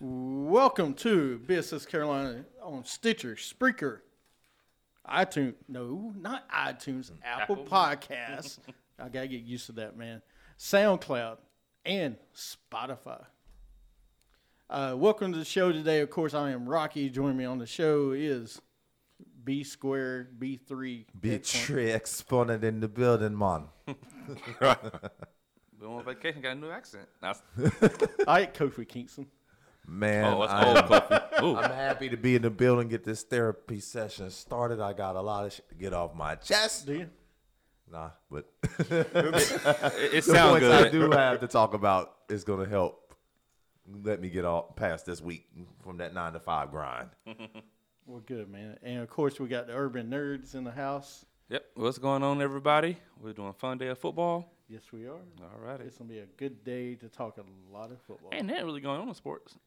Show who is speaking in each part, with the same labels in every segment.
Speaker 1: Welcome to BSS Carolina on Stitcher, Spreaker, iTunes. No, not iTunes. Apple,
Speaker 2: Apple.
Speaker 1: Podcasts. I gotta get used to that, man. SoundCloud and Spotify. Uh, welcome to the show today. Of course, I am Rocky. Joining me on the show is B squared, B three,
Speaker 3: Big tree exponent in the building, man.
Speaker 2: Been on vacation, got a new accent. That's,
Speaker 1: I like Kofi Kingston.
Speaker 3: Man,
Speaker 2: oh, that's
Speaker 3: I,
Speaker 2: old Kofi. Ooh,
Speaker 3: I'm happy to be in the building, get this therapy session started. I got a lot of shit to get off my chest.
Speaker 1: Do you?
Speaker 3: Nah, but
Speaker 2: it, it
Speaker 3: the
Speaker 2: sounds
Speaker 3: points I
Speaker 2: good.
Speaker 3: do have to talk about is going to help let me get all past this week from that nine to five grind.
Speaker 2: Mm-hmm.
Speaker 1: Well, good man. And of course, we got the urban nerds in the house.
Speaker 2: Yep. What's going on, everybody? We're doing fun day of football.
Speaker 1: Yes, we are.
Speaker 2: All righty.
Speaker 1: It's gonna be a good day to talk a lot of football.
Speaker 2: Ain't that really going on in sports?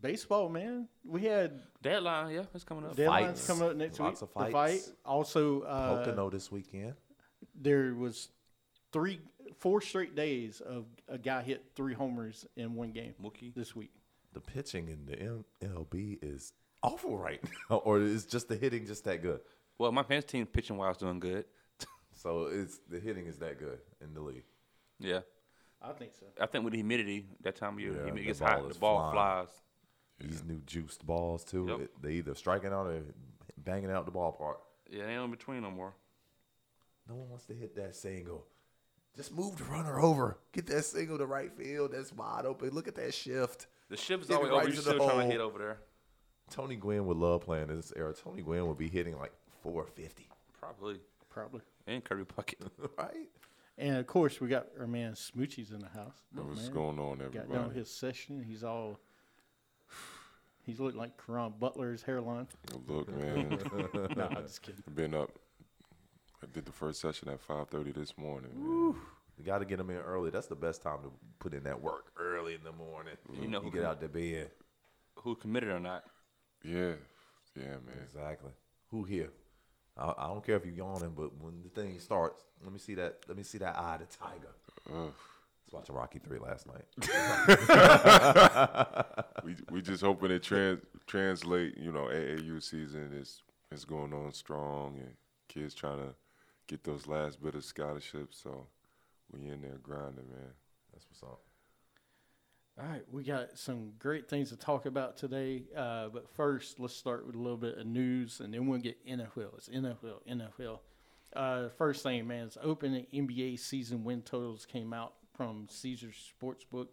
Speaker 1: Baseball, man. We had
Speaker 2: Deadline, yeah, it's coming up.
Speaker 1: deadlines
Speaker 3: Fights.
Speaker 1: coming up next
Speaker 3: Lots
Speaker 1: week.
Speaker 3: of
Speaker 1: The fight.
Speaker 3: fights.
Speaker 1: Also, uh,
Speaker 3: Pocono this weekend.
Speaker 1: there was three, four straight days of a guy hit three homers in one game
Speaker 2: Mookie.
Speaker 1: this week.
Speaker 3: The pitching in the MLB is awful right now, or is just the hitting just that good?
Speaker 2: Well, my fans team pitching wise doing good.
Speaker 3: So it's the hitting is that good in the league.
Speaker 2: Yeah.
Speaker 1: I think so.
Speaker 2: I think with the humidity that time of year,
Speaker 3: Yeah,
Speaker 2: the humidity
Speaker 3: the
Speaker 2: gets
Speaker 3: ball
Speaker 2: hot, the
Speaker 3: is
Speaker 2: ball
Speaker 3: flying.
Speaker 2: flies.
Speaker 3: These new juiced balls too.
Speaker 2: Yep.
Speaker 3: It- They either striking out or banging out the ballpark.
Speaker 2: Yeah, they ain't in between no more.
Speaker 3: No one wants to hit that single. Just move the runner over. Get that single to right field. That's wide open. Look at that shift.
Speaker 2: The shift's
Speaker 3: Hit it
Speaker 2: always
Speaker 3: right
Speaker 2: over.
Speaker 3: to
Speaker 2: You're
Speaker 3: the
Speaker 2: still trying
Speaker 3: hole.
Speaker 2: to hit over there.
Speaker 3: Tony Gwynn would love playing in this era. Tony Gwynn would be hitting like 450,
Speaker 2: Probably.
Speaker 1: Probably.
Speaker 2: And Kirby Puckett.
Speaker 3: right?
Speaker 1: And of course, we got our man Smoochie's in the house.
Speaker 4: What's
Speaker 1: Man,
Speaker 4: going
Speaker 1: Got
Speaker 4: on,
Speaker 1: done with
Speaker 4: everybody?
Speaker 1: his session. He's all. He's looking like Karan Butler's hairline.
Speaker 4: Look, man,
Speaker 1: no, I'm just kidding.
Speaker 4: I've been up. I did the first session at 5:30 this morning. man.
Speaker 3: You got to get them in early. That's the best time to put in that work early in the morning.
Speaker 2: You know who
Speaker 3: get
Speaker 2: can-
Speaker 3: out the bed.
Speaker 2: Who committed or not.
Speaker 4: Yeah, yeah, man.
Speaker 3: Exactly. Who here? I, I don't care if you yawning, but when the thing starts, let me see that. Let me see that eye, of the tiger.
Speaker 4: Ugh.
Speaker 3: I was watching Rocky Three last night.
Speaker 4: We we just hoping it trans translate. You know, AAU season is is going on strong, and kids trying to get those last bit of scholarships. So we in there grinding, man.
Speaker 3: That's what's up.
Speaker 1: All right, we got some great things to talk about today. Uh, but first, let's start with a little bit of news, and then we'll get NFL. It's NFL, NFL. Uh, first thing, man, is open and NBA season win totals came out from Caesars Sportsbook.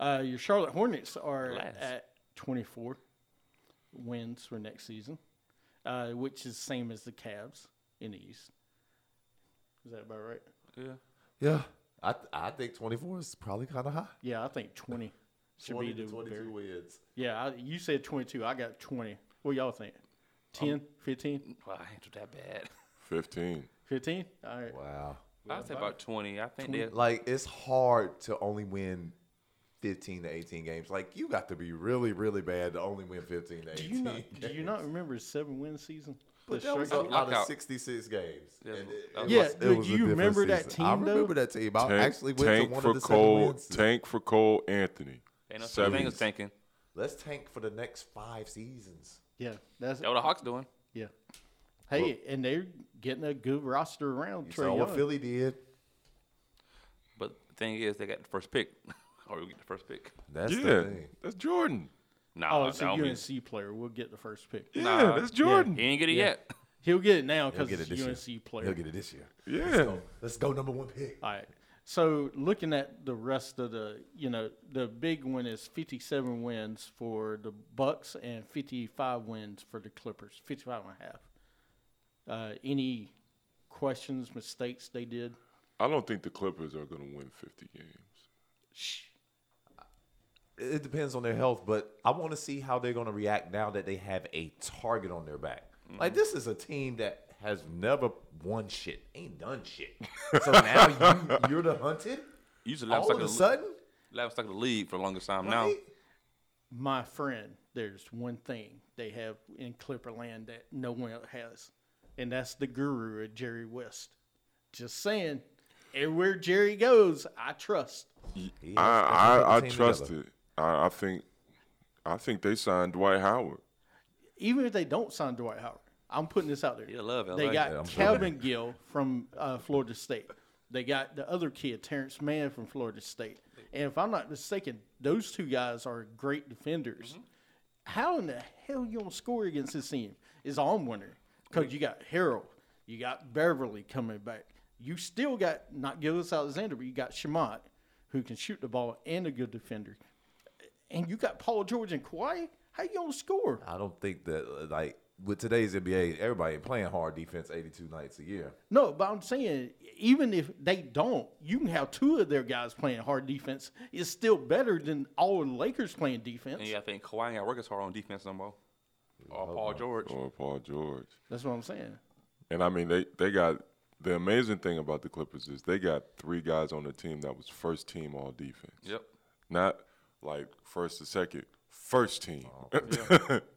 Speaker 1: Uh, your Charlotte Hornets are
Speaker 2: Last.
Speaker 1: at 24 wins for next season, uh, which is same as the Cavs in the East. Is that about right?
Speaker 2: Yeah.
Speaker 3: Yeah, I th- I think 24 is probably kind of high.
Speaker 1: Yeah, I think 20 should
Speaker 3: 20
Speaker 1: be
Speaker 3: to
Speaker 1: the
Speaker 3: 22
Speaker 1: very-
Speaker 3: wins.
Speaker 1: Yeah, I, you said 22. I got 20. What y'all think? 10,
Speaker 3: Um,
Speaker 1: 15,
Speaker 2: Well, I ain't that bad.
Speaker 4: 15.
Speaker 1: 15? All right.
Speaker 3: Wow.
Speaker 2: I'd say about 20. I think they
Speaker 3: Like it's hard to only win 15 to 18 games. Like you got to be really really bad to only win 15 to 18.
Speaker 1: Do you not do you
Speaker 3: games.
Speaker 1: not remember seven win season?
Speaker 3: But
Speaker 1: The
Speaker 3: that was
Speaker 1: straight-
Speaker 3: out of
Speaker 2: Lockout.
Speaker 3: 66 games.
Speaker 2: Yeah,
Speaker 3: And it-
Speaker 2: that
Speaker 3: it
Speaker 2: was-
Speaker 1: Yeah,
Speaker 3: was- it
Speaker 1: but do
Speaker 3: was a
Speaker 1: you
Speaker 3: different
Speaker 1: remember that
Speaker 3: season. I
Speaker 1: team, though?
Speaker 3: remember that team. I
Speaker 4: Tank,
Speaker 3: actually went
Speaker 4: tank
Speaker 3: to one
Speaker 4: for
Speaker 3: of the seven
Speaker 4: Cole.
Speaker 3: wins.
Speaker 4: Tank for Cole Anthony.
Speaker 2: ain't no such
Speaker 4: Seven.
Speaker 2: thing as tanking.
Speaker 3: Let's tank for the next five seasons.
Speaker 1: yeah, that's
Speaker 2: That what the Hawks doing.
Speaker 1: yeah. Hey, and they're getting a good roster around
Speaker 3: You
Speaker 1: Trey
Speaker 3: saw what
Speaker 1: Young.
Speaker 3: Philly did.
Speaker 2: But the thing is, they got the first pick. or we get the first pick.
Speaker 3: That's
Speaker 4: yeah,
Speaker 3: the thing.
Speaker 4: that's Jordan.
Speaker 2: Nah,
Speaker 1: Oh,
Speaker 2: that
Speaker 1: so
Speaker 2: don't mean-
Speaker 1: UNC player will get the first pick.
Speaker 4: Yeah,
Speaker 2: Nah.
Speaker 4: that's Jordan.
Speaker 2: he ain't get it yet.
Speaker 1: He'll get it now
Speaker 3: He'll
Speaker 1: because
Speaker 3: get it
Speaker 1: it's
Speaker 3: this
Speaker 1: UNC
Speaker 3: year.
Speaker 1: player.
Speaker 3: He'll get it this year.
Speaker 4: Yeah.
Speaker 3: Let's go number one pick.
Speaker 1: All right. So looking at the rest of the, you know, the big one is 57 wins for the Bucks and 55 wins for the Clippers. 55 and a half. Uh, any questions, mistakes they did?
Speaker 4: I don't think the Clippers are going to win 50 games.
Speaker 3: it depends on their health, but I want to see how they're going to react now that they have a target on their back. Like this is a team that has never won shit, ain't done shit. So now you, you're the hunted.
Speaker 2: You used to
Speaker 3: All
Speaker 2: laughing
Speaker 3: of a
Speaker 2: like
Speaker 3: sudden,
Speaker 2: the league for the longest time now.
Speaker 3: right?
Speaker 1: My friend, there's one thing they have in Clipperland that no one else has, and that's the guru at Jerry West. Just saying, everywhere Jerry goes, I trust.
Speaker 3: He has
Speaker 4: I
Speaker 3: got to put
Speaker 4: I, I
Speaker 3: the team
Speaker 4: trust
Speaker 3: together.
Speaker 4: it. I, I think I think they signed Dwight Howard.
Speaker 1: Even if they don't sign Dwight Howard, I'm putting this out there.
Speaker 2: You love LA.
Speaker 1: They got
Speaker 3: Yeah, I'm sure.
Speaker 1: Calvin Gill from uh, Florida State. They got the other kid, Terrence Mann from Florida State. And if I'm not mistaken, those two guys are great defenders. How in the hell you gonna score against this team? Is all I'm wondering. Because you got Harold, you got Beverly coming back. You still got not Gillis Alexander, but you got Shamat, who can shoot the ball and a good defender. And you got Paul George and Kawhi. How you gonna score?
Speaker 3: I don't think that uh, like with today's NBA, everybody ain't playing hard defense 82 nights a year.
Speaker 1: No, but I'm saying even if they don't, you can have two of their guys playing hard defense. It's still better than all the Lakers playing defense.
Speaker 2: And yeah, I think Kawhi ain't got to work as hard on defense no more. Or Paul George.
Speaker 4: Or Paul George.
Speaker 1: That's what I'm saying.
Speaker 4: And I mean, they, they got the amazing thing about the Clippers is they got three guys on the team that was first team all defense.
Speaker 2: Yep.
Speaker 4: Not like first or second, first team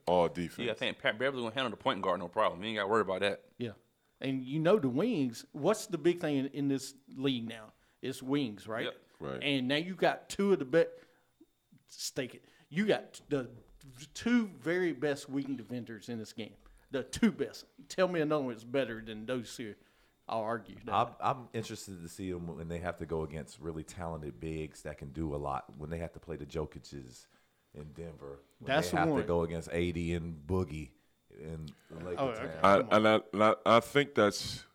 Speaker 4: all defense.
Speaker 2: Yeah, I think Pat Beverly gonna handle the point guard no problem. You ain't got to worry about that.
Speaker 1: Yeah. And you know the wings, what's the big thing in, in this league now? It's wings, right?
Speaker 2: Yep.
Speaker 4: Right.
Speaker 1: And now you got two of the best stake it. You got the two very best wing defenders in this game. The two best. Tell me another one that's better than those two. I'll argue. that.
Speaker 3: I'm, I'm interested to see them when they have to go against really talented bigs that can do a lot. When they have to play the Jokic's in Denver, when
Speaker 1: That's
Speaker 3: they
Speaker 1: the
Speaker 3: have
Speaker 1: one.
Speaker 3: to go against AD and Boogie in the Lakers.
Speaker 1: Oh, okay.
Speaker 3: now.
Speaker 4: I, and I, and I, I think that's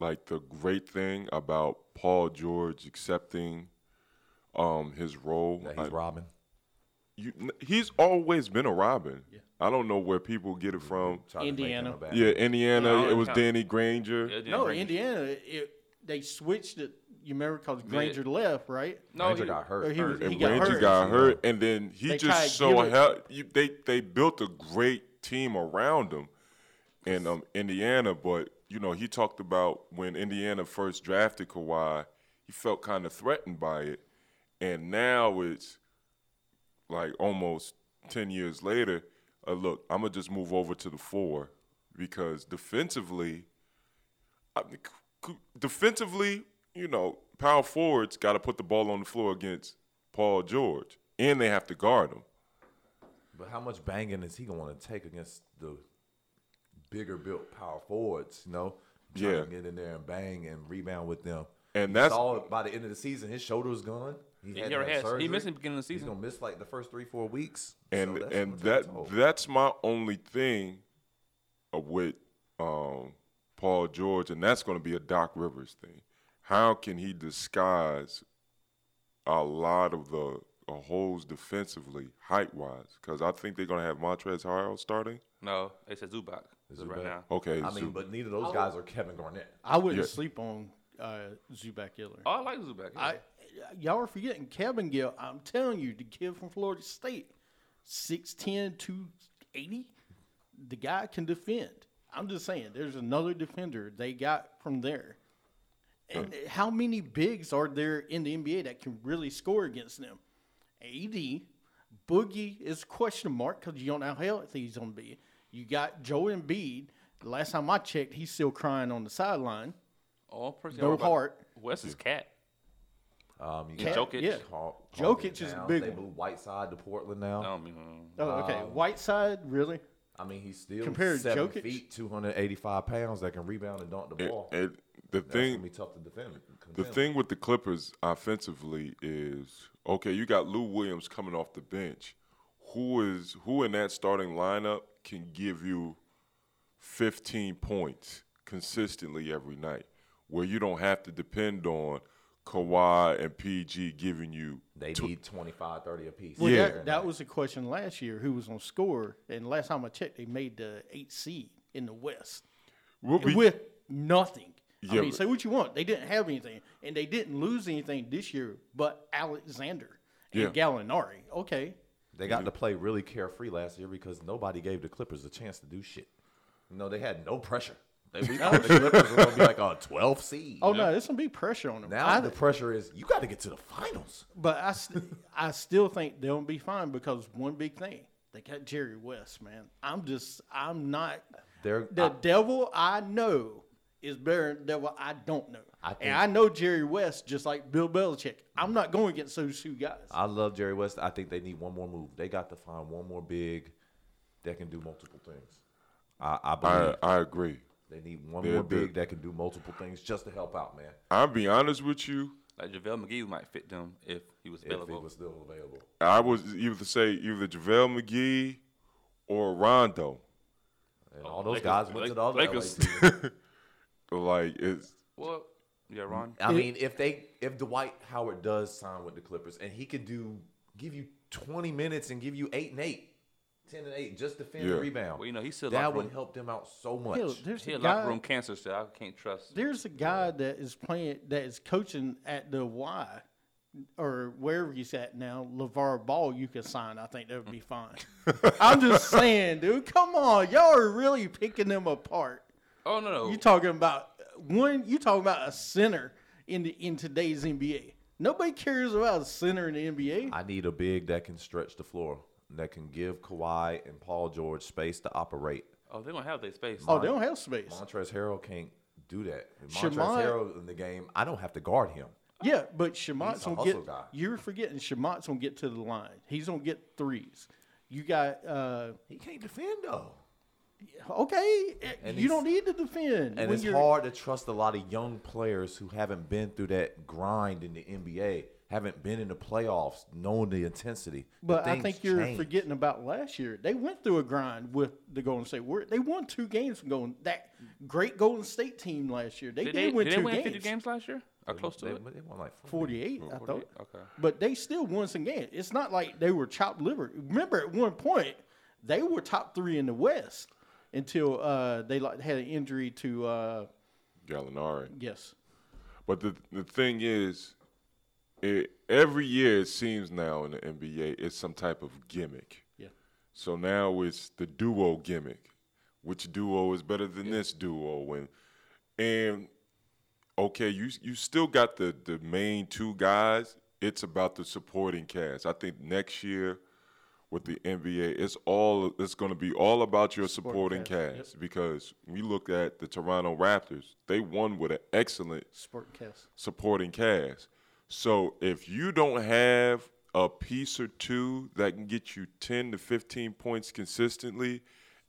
Speaker 4: like the great thing about Paul George accepting um, his role.
Speaker 3: That
Speaker 4: I-
Speaker 3: he's robbing.
Speaker 4: you, he's always been a Robin. I don't know where people get it from.
Speaker 3: Tried to make them
Speaker 1: Indiana.
Speaker 3: a bad-
Speaker 4: Yeah, Indiana.
Speaker 2: No,
Speaker 4: it was
Speaker 2: no.
Speaker 4: Danny Granger.
Speaker 2: Yeah,
Speaker 1: No,
Speaker 2: Granger-
Speaker 1: Indiana, it, they switched it. You remember because Granger left, right?
Speaker 2: No,
Speaker 3: Granger
Speaker 2: he-
Speaker 3: got hurt.
Speaker 1: Or Oh, he was-
Speaker 4: and
Speaker 1: he got
Speaker 4: Ranger
Speaker 1: hurt.
Speaker 4: got hurt, and then he
Speaker 1: They tried
Speaker 4: just so
Speaker 1: Gilbert.
Speaker 4: hel- you, they they built a great team around him in um, Indiana. But you know, he talked about when Indiana first drafted Kawhi, he felt kind of threatened by it, and now it's like almost ten years later. Uh, look, I'm gonna just move over to the four because defensively. I mean, c- c- defensively, you know, power forwards got to put the ball on the floor against Paul George, and they have to guard him.
Speaker 3: But how much banging is he gonna want to take against the bigger built power forwards? You know, Trying
Speaker 4: Yeah.
Speaker 3: to get in there and bang and rebound with them.
Speaker 4: And
Speaker 3: You
Speaker 4: that's-
Speaker 3: saw it by the end of the season. His shoulder's gone. He, had to
Speaker 2: never
Speaker 3: have
Speaker 2: has. He
Speaker 3: surgery.
Speaker 2: missed the beginning of the season.
Speaker 3: He's gonna miss like the first three, four weeks. So
Speaker 4: And
Speaker 3: that's
Speaker 4: and
Speaker 3: gonna take a
Speaker 4: that
Speaker 3: toll.
Speaker 4: that's my only thing uh, with um, Paul George, and that's going to be a Doc Rivers thing. How can he disguise a lot of the uh, holes defensively, height wise? Because I think they're going to have Montrezl Harrell starting.
Speaker 2: No, it's a Zubac
Speaker 3: Zubac.
Speaker 2: right now.
Speaker 4: Okay,
Speaker 3: I
Speaker 4: so-
Speaker 3: mean, but neither of those guys are Kevin Garnett.
Speaker 1: I wouldn't
Speaker 4: Yeah.
Speaker 1: sleep on uh, Zubac Yiller.
Speaker 2: Oh, I like Zubac. yeah.
Speaker 1: I, y'all are forgetting Kevin Gill. I'm telling you, the kid from Florida State, 6'10", 280. The guy can defend. I'm just saying, there's another defender they got from there. And how many bigs are there in the NBA that can really score against them? AD, Boogie is a question mark because you don't know how healthy he's going to be. You got Joe Embiid. Last time I checked, he's still crying on the sideline.
Speaker 2: All person.
Speaker 1: No heart.
Speaker 2: Wes is cat.
Speaker 3: Um, you
Speaker 1: Cat-
Speaker 3: got
Speaker 2: Jokic.
Speaker 1: Yeah.
Speaker 3: Carl-
Speaker 1: Jokic
Speaker 3: Carlton
Speaker 1: is a
Speaker 3: Towns.
Speaker 1: big
Speaker 3: They
Speaker 1: one.
Speaker 3: moved Whiteside to Portland now.
Speaker 2: I don't mean.
Speaker 1: Oh, okay. Whiteside, really?
Speaker 3: I mean, he's still
Speaker 1: Compared to
Speaker 3: seven
Speaker 1: Jokic?
Speaker 3: feet, 285 pounds that can rebound and dunk the
Speaker 4: it-
Speaker 3: ball.
Speaker 4: it- the
Speaker 3: that's
Speaker 4: thing
Speaker 3: gonna be tough to defend.
Speaker 4: The
Speaker 3: contend.
Speaker 4: thing with the Clippers offensively is okay, you got Lou Williams coming off the bench. Who is who in that starting lineup can give you 15 points consistently every night where you don't have to depend on Kawhi and PG giving you
Speaker 3: They need 25, 30 apiece.
Speaker 1: Well,
Speaker 4: Yeah.
Speaker 1: that, that was a question last year. Who was on score? And last time I checked, they made the eight seed in the West
Speaker 4: We'll be-
Speaker 1: with nothing. I
Speaker 4: Yeah,
Speaker 1: mean,
Speaker 4: but-
Speaker 1: say what you want. They didn't have anything, and they didn't lose anything this year. But Alexander and
Speaker 4: Yeah.
Speaker 1: Gallinari. Okay,
Speaker 3: They got to play really carefree last year because nobody gave the Clippers a chance to do shit. You know, they had no pressure. They we thought the Clippers were going to be like a 12 seed.
Speaker 1: oh no, there's gonna be pressure on them.
Speaker 3: now
Speaker 1: I-
Speaker 3: the pressure is you got to get to the finals.
Speaker 1: but I, st- I still think they'll be fine because one big thing. They got Jerry West, man. I'm just, I'm not.
Speaker 3: They're,
Speaker 1: The devil I know is better than the devil I don't know.
Speaker 3: I think
Speaker 1: And I know Jerry West, just like Bill Belichick. I'm not going against those two guys.
Speaker 3: I love Jerry West. I think they need one more move. They got to find one more big that can do multiple things. I, I believe
Speaker 4: I I agree.
Speaker 3: they need one
Speaker 4: they're-
Speaker 3: more big
Speaker 4: they're-
Speaker 3: that can do multiple things just to help out, man.
Speaker 4: I'll be honest with you.
Speaker 2: Like JaVale McGee might fit them if he was
Speaker 3: If he
Speaker 2: available.
Speaker 3: was still available,
Speaker 4: I was either say either JaVale McGee or Rondo.
Speaker 3: and all those
Speaker 2: Lakers-
Speaker 3: guys went to the other. LA
Speaker 2: Lakers.
Speaker 3: team.
Speaker 4: Like it's
Speaker 2: Well, yeah, Ron.
Speaker 3: I mean, if they if Dwight Howard does sign with the Clippers and he could do give you twenty minutes and give you eight and eight, 10 and eight, just defend
Speaker 4: Yeah.
Speaker 3: and rebound.
Speaker 2: Well, you know, he's still
Speaker 3: that
Speaker 2: locker
Speaker 3: would
Speaker 2: room-
Speaker 3: help them out so much.
Speaker 1: Hell, there's
Speaker 2: He
Speaker 1: a
Speaker 2: had
Speaker 1: guy,
Speaker 2: locker room cancer, so I can't trust.
Speaker 1: There's a guy that is playing that is coaching at the Y or wherever he's at now. LeVar Ball, you could sign. I think that would be fine. I'm just saying, dude. Come on, y'all are really picking them apart.
Speaker 2: Oh no, no.
Speaker 1: You talking about one? You talking about a center in the in today's NBA? Nobody cares about a center in the NBA.
Speaker 3: I need a big that can stretch the floor, that can give Kawhi and Paul George space to operate.
Speaker 2: oh, they don't have their space.
Speaker 1: oh, they don't have space.
Speaker 3: Montrezl Harrell can't do that. If Montrezl
Speaker 1: Shamar-
Speaker 3: Harrell in the game, I don't have to guard him.
Speaker 1: Yeah, but Shamat's
Speaker 3: He's a
Speaker 1: gonna get.
Speaker 3: hustle guy.
Speaker 1: You're forgetting Shamat's gonna get to the line. He's gonna get threes. You got uh,
Speaker 3: He can't defend though,
Speaker 1: okay.
Speaker 3: And
Speaker 1: you
Speaker 3: he's-
Speaker 1: don't need to defend.
Speaker 3: and
Speaker 1: when
Speaker 3: it's
Speaker 1: you're-
Speaker 3: hard to trust a lot of young players who haven't been through that grind in the NBA, haven't been in the playoffs, known the intensity. The
Speaker 1: But I
Speaker 3: things
Speaker 1: think you're
Speaker 3: change.
Speaker 1: forgetting about last year. They went through a grind with the Golden State Warriors. They won two games from Golden that great Golden State team last year. They did,
Speaker 2: Did they,
Speaker 1: win
Speaker 2: did they
Speaker 1: two
Speaker 2: win
Speaker 1: games,
Speaker 2: 50 games last year? Or close to
Speaker 3: They,
Speaker 2: it?
Speaker 3: they won like 40.
Speaker 1: forty-eight. I thought.
Speaker 2: 48? Okay.
Speaker 1: But they still won some games. It's not like they were chopped liver. Remember, at one point, they were top three in the West until uh, they like, had an injury to uh,
Speaker 4: Gallinari.
Speaker 1: yes,
Speaker 4: But the the thing is, it, every year it seems now in the NBA it's some type of gimmick.
Speaker 1: yeah,
Speaker 4: So now it's the duo gimmick. Which duo is better than this duo? And and okay, you you still got the the main two guys. It's about the supporting cast. I think next year with the NBA, it's all it's going to be all about your supporting, cast, because we look at the Toronto Raptors. They won with an excellent
Speaker 1: sport cast.
Speaker 4: supporting cast. So if you don't have a piece or two that can get you 10 to 15 points consistently,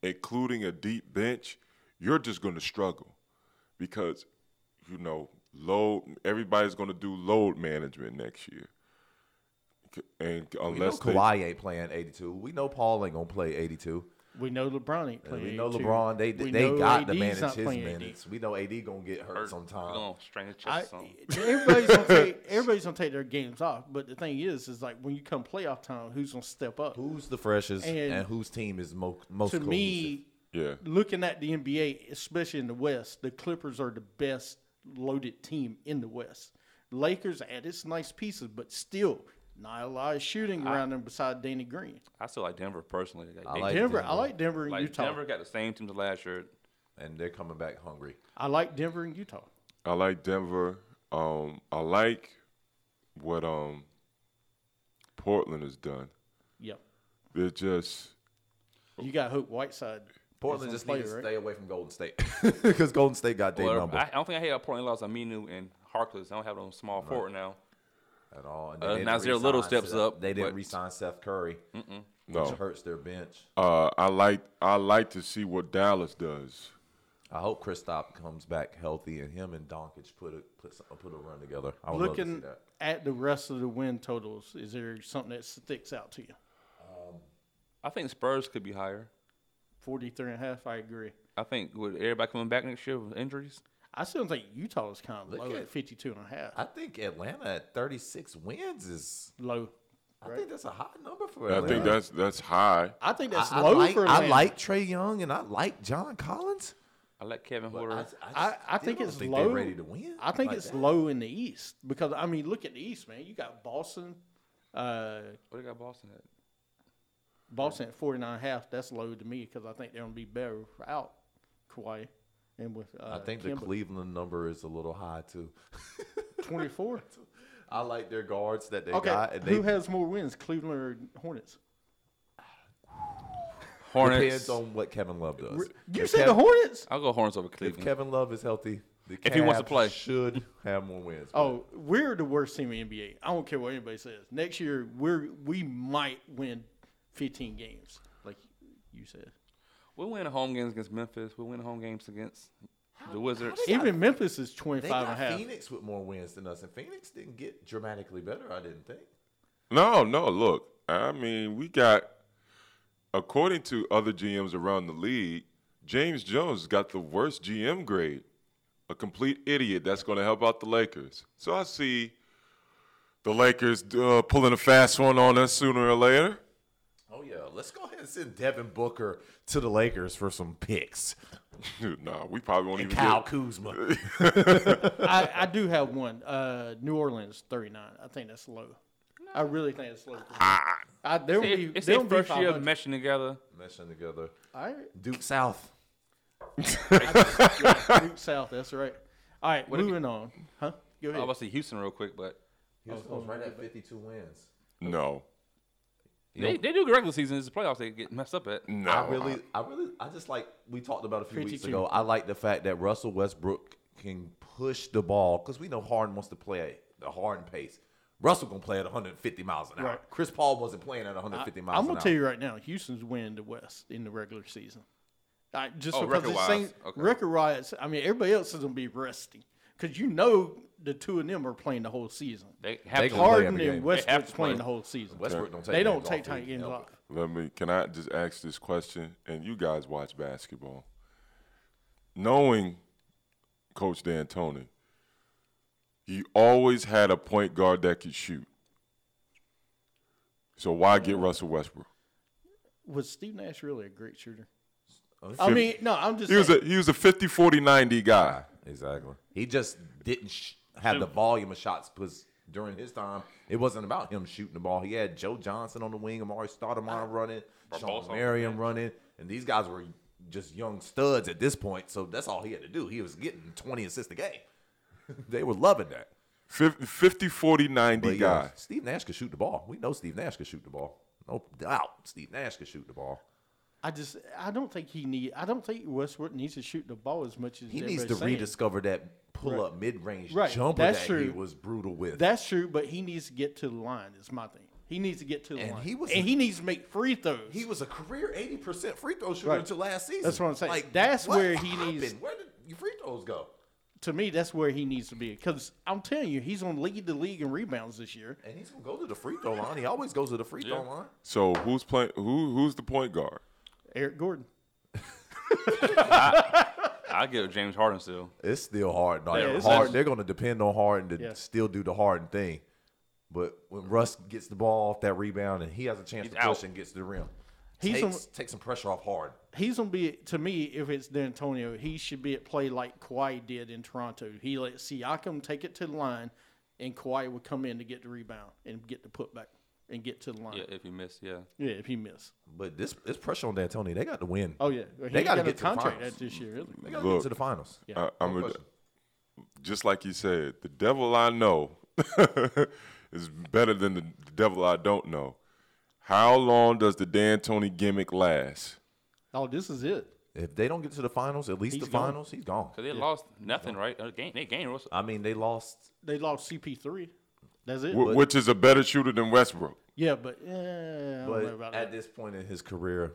Speaker 4: including a deep bench, you're just going to struggle because you know load everybody's going to do load management next year. C- And
Speaker 3: We know
Speaker 4: unless they-
Speaker 3: Kawhi ain't playing 82. We know Paul ain't gonna play 82.
Speaker 1: We know LeBron ain't
Speaker 3: And
Speaker 1: playing.
Speaker 3: we know
Speaker 1: 82.
Speaker 3: LeBron. They
Speaker 1: We
Speaker 3: they
Speaker 1: know
Speaker 3: got to
Speaker 1: AD's
Speaker 3: manage
Speaker 1: not
Speaker 3: his
Speaker 1: playing 80.
Speaker 3: minutes. We know AD gonna get hurt
Speaker 2: We're
Speaker 3: sometime.
Speaker 2: going to strain his chest
Speaker 1: I,
Speaker 2: or something.
Speaker 1: everybody's gonna take everybody's gonna take their games off, but the thing is, is like when you come playoff time, who's gonna step up?
Speaker 3: Who's the freshest
Speaker 1: And
Speaker 3: and, whose team is mo- most
Speaker 1: to
Speaker 3: cohesive?
Speaker 1: me,
Speaker 4: yeah.
Speaker 1: looking at the NBA, especially in the West, the Clippers are the best loaded team in the West. Lakers at its nice pieces, but still not a lot of shooting around them beside Danny Green.
Speaker 2: I still like Denver personally. Like,
Speaker 3: I
Speaker 2: they-
Speaker 3: like
Speaker 1: Denver, I
Speaker 3: Denver.
Speaker 1: like Denver and
Speaker 2: like,
Speaker 1: Utah.
Speaker 2: Denver got the same team as last year.
Speaker 3: and they're coming back hungry.
Speaker 1: I like Denver and Utah.
Speaker 4: I like Denver. Um, I like what um, Portland has done.
Speaker 1: Yep.
Speaker 4: They're just
Speaker 1: You got Hope Whiteside. is
Speaker 3: Portland
Speaker 1: gonna
Speaker 3: just
Speaker 1: play,
Speaker 3: needs to
Speaker 1: right?
Speaker 3: stay away from Golden State because Golden State got their
Speaker 2: Well,
Speaker 3: number
Speaker 2: I, I don't think I had Portland lost Aminu and Harkless. I don't have them small forward now.
Speaker 3: at all. And
Speaker 2: Uh,
Speaker 3: they didn't
Speaker 2: now Zaire Little
Speaker 3: re-sign
Speaker 2: steps
Speaker 3: Seth-
Speaker 2: up,
Speaker 3: They didn't
Speaker 2: but-
Speaker 3: resign Seth Curry,
Speaker 4: no.
Speaker 3: which hurts their bench.
Speaker 4: Uh, I like I like to see what Dallas does.
Speaker 3: I hope Kristaps comes back healthy, and him and Doncic put a put, some, put a run together. I would love
Speaker 1: Looking
Speaker 3: to see that.
Speaker 1: at the rest of the win totals, is there something that sticks out to you?
Speaker 2: I think Spurs could be higher.
Speaker 1: 43 and a half, I agree.
Speaker 2: I think with everybody coming back next year with injuries,
Speaker 1: I still think Utah is kind of
Speaker 3: Look
Speaker 1: low
Speaker 3: at-
Speaker 1: at 52 and a half.
Speaker 3: I think Atlanta at 36 wins is.
Speaker 1: low.
Speaker 3: I think that's a high number for
Speaker 4: I
Speaker 3: Atlanta.
Speaker 4: think that's that's high.
Speaker 1: I think that's
Speaker 3: I, I
Speaker 1: low
Speaker 3: like,
Speaker 1: for
Speaker 3: I
Speaker 1: Atlanta.
Speaker 3: like Trey Young and I like John Collins.
Speaker 2: I like Kevin
Speaker 3: but
Speaker 2: Horter.
Speaker 3: I,
Speaker 1: I,
Speaker 3: just
Speaker 1: I
Speaker 3: still
Speaker 1: think
Speaker 3: don't
Speaker 1: it's
Speaker 3: they're
Speaker 1: low.
Speaker 3: ready to win.
Speaker 1: I think
Speaker 3: like
Speaker 1: it's
Speaker 3: that.
Speaker 1: low in the East because I mean, look at the East, man. You got Boston, uh,
Speaker 2: what they got Boston at?
Speaker 1: Boston at forty nine half. That's low to me because I think they're gonna be better without Kawhi and with uh,
Speaker 3: I think the
Speaker 1: Kimba.
Speaker 3: Cleveland number is a little high too.
Speaker 1: twenty four.
Speaker 3: I like their guards that they got,
Speaker 1: okay,
Speaker 3: and
Speaker 1: who
Speaker 3: they
Speaker 1: has more wins, Cleveland or Hornets?
Speaker 2: Hornets.
Speaker 3: depends on what Kevin Love does.
Speaker 1: You
Speaker 3: If
Speaker 1: said
Speaker 3: Kev-
Speaker 1: the Hornets.
Speaker 2: I'll go Hornets over
Speaker 3: If
Speaker 2: Cleveland.
Speaker 3: Kevin Love is healthy, The
Speaker 2: If he wants to
Speaker 3: Cavs
Speaker 2: play.
Speaker 3: should have more wins. but
Speaker 1: Oh, we're the worst team in the NBA. I don't care what anybody says. Next year, we're we might win 15 games, like you said.
Speaker 2: We win home games against Memphis. We win home games against the Wizards.
Speaker 1: Even Memphis is
Speaker 3: they
Speaker 1: 25 and a
Speaker 3: got
Speaker 1: half.
Speaker 3: Phoenix with more wins than us, and Phoenix didn't get dramatically better. I didn't think.
Speaker 4: No, no. Look, I mean, we got, according to other GMs around the league, James Jones got the worst GM grade. A complete idiot that's going to help out the Lakers. So I see the Lakers uh, pulling a fast one on us sooner or later.
Speaker 3: Oh yeah, let's go ahead and send Devin Booker to the Lakers for some picks.
Speaker 4: Dude, nah, we probably won't
Speaker 3: And
Speaker 4: even
Speaker 3: Kyle
Speaker 4: get.
Speaker 3: Kuzma.
Speaker 1: I, I do have one. Uh, New Orleans 39. I think that's low. I really think it's low.
Speaker 3: Ah.
Speaker 1: I, there will be
Speaker 2: It's
Speaker 1: there
Speaker 2: their
Speaker 1: will be
Speaker 2: first year
Speaker 1: 500.
Speaker 2: of meshing together.
Speaker 3: Meshing together.
Speaker 1: All right,
Speaker 3: Duke South.
Speaker 1: Duke South. That's right. All right, moving on. Huh? Go
Speaker 2: Oh, I
Speaker 1: ahead.
Speaker 2: was to Houston real quick, but
Speaker 3: Houston's right at 52 wins.
Speaker 4: No,
Speaker 2: they, they do the regular season. It's the playoffs they get messed up at.
Speaker 4: no.
Speaker 1: Oh,
Speaker 3: I really, I really, I just like we talked about a few weeks
Speaker 1: 52.
Speaker 3: ago. I like the fact that Russell Westbrook can push the ball because we know Harden wants to play at the Harden pace. Russell gonna play at 150 miles an hour.
Speaker 1: Right.
Speaker 3: Chris Paul wasn't playing at 150 miles
Speaker 1: I'm
Speaker 3: an
Speaker 1: gonna
Speaker 3: hour.
Speaker 1: tell you right now, Houston's winning the West in the regular season. I, just
Speaker 2: Oh,
Speaker 1: because it's
Speaker 2: record-wise,
Speaker 1: same
Speaker 2: okay.
Speaker 1: record wise, I mean everybody else is gonna be resting because you know the two of them are playing the whole season.
Speaker 2: They have
Speaker 3: They
Speaker 2: to.
Speaker 3: gonna play
Speaker 1: Harden
Speaker 3: every
Speaker 1: and
Speaker 3: game.
Speaker 2: They have
Speaker 1: Westbrook's
Speaker 2: to play.
Speaker 1: playing the whole season.
Speaker 3: Westbrook don't take
Speaker 1: they
Speaker 3: games
Speaker 1: don't
Speaker 3: off
Speaker 1: take
Speaker 3: either.
Speaker 1: tight games
Speaker 3: Help
Speaker 1: off.
Speaker 3: it.
Speaker 4: Let me. Can I just ask this question? And you guys watch basketball. Knowing Coach D'Antoni, he always had a point guard that could shoot. So why get Russell Westbrook?
Speaker 1: Was Steve Nash really a great shooter?
Speaker 3: Oh,
Speaker 1: I mean, no, I'm just
Speaker 4: He was
Speaker 1: saying,
Speaker 4: a he was a 50 40 90 guy.
Speaker 3: Exactly. He just didn't sh- have the volume of shots because during his time, it wasn't about him shooting the ball. He had Joe Johnson on the wing, Amari
Speaker 1: Ah,
Speaker 3: Stoudemire running,
Speaker 2: Barbosa
Speaker 3: Sean
Speaker 2: on
Speaker 3: Merriam running, and these guys were just young studs at this point. So that's all he had to do. He was getting 20 assists a game. they were loving that.
Speaker 4: 50 40 90
Speaker 3: But yeah,
Speaker 4: guy.
Speaker 3: Steve Nash could shoot the ball. We know Steve Nash could shoot the ball. No doubt, Steve Nash could shoot the ball.
Speaker 1: I just I don't think he need I don't think Westbrook needs to shoot the ball as much as
Speaker 3: He needs to
Speaker 1: everybody's saying.
Speaker 3: rediscover that pull-up mid-range
Speaker 1: Right,
Speaker 3: jumper
Speaker 1: that's
Speaker 3: that he
Speaker 1: true.
Speaker 3: was brutal with.
Speaker 1: That's true, but he needs to get to the line. Is my thing. He needs to get to the
Speaker 3: And
Speaker 1: line,
Speaker 3: he was-
Speaker 1: and he needs to make free throws.
Speaker 3: He was a career eighty percent free throw shooter
Speaker 1: Right.
Speaker 3: until last season.
Speaker 1: That's what I'm saying. That's
Speaker 3: what
Speaker 1: where he
Speaker 3: happened?
Speaker 1: needs-
Speaker 3: Where did your free throws go?
Speaker 1: to me, that's where he needs to be. Because I'm telling you, he's going to lead the league in rebounds this year.
Speaker 3: And he's gonna go to the free throw line. He always goes to the free throw line.
Speaker 4: So who's playing who who's the point guard?
Speaker 1: Eric Gordon.
Speaker 2: I give James Harden still.
Speaker 3: It's still hard. Like,
Speaker 1: Yeah, it's
Speaker 3: hard.
Speaker 1: hard.
Speaker 3: They're gonna depend on Harden to
Speaker 1: Yeah.
Speaker 3: still do the Harden thing. But when Russ gets the ball off that rebound and he has a chance to
Speaker 2: out.
Speaker 3: push and gets to the rim,
Speaker 1: He's
Speaker 3: takes,
Speaker 1: on-
Speaker 3: take some pressure off Harden.
Speaker 1: He's going to be, to me, if it's D'Antonio, he should be at play like Kawhi did in Toronto. He let Siakam take it to the line, and Kawhi would come in to get the rebound and get the putback and get to the line.
Speaker 2: Yeah,
Speaker 1: Yeah,
Speaker 2: if you miss, yeah.
Speaker 1: if he missed.
Speaker 3: But this this pressure on D'Antoni, they got to win.
Speaker 1: Oh, yeah. He
Speaker 3: They
Speaker 1: ain't
Speaker 3: gotta
Speaker 1: got a
Speaker 3: get to the
Speaker 1: contract
Speaker 3: finals.
Speaker 1: at this year, really.
Speaker 3: they got to get
Speaker 4: Look.
Speaker 3: to the finals.
Speaker 1: Yeah.
Speaker 4: I, I'm a,
Speaker 3: question.
Speaker 4: just like you said, the devil I know is better than the devil I don't know. How long does the Dan Tony gimmick last?
Speaker 1: Oh, this is it.
Speaker 3: If they don't get to the finals, at least
Speaker 1: He's
Speaker 3: the
Speaker 1: gone.
Speaker 3: finals, he's gone.
Speaker 2: Because they lost nothing, right? Uh, gain- They gained Russell.
Speaker 3: I mean, they lost
Speaker 1: They lost CP3. That's it.
Speaker 4: Wh- which is a better shooter than Westbrook?
Speaker 1: yeah, but eh, I don't know
Speaker 3: But
Speaker 1: about that.
Speaker 3: at this point in his career,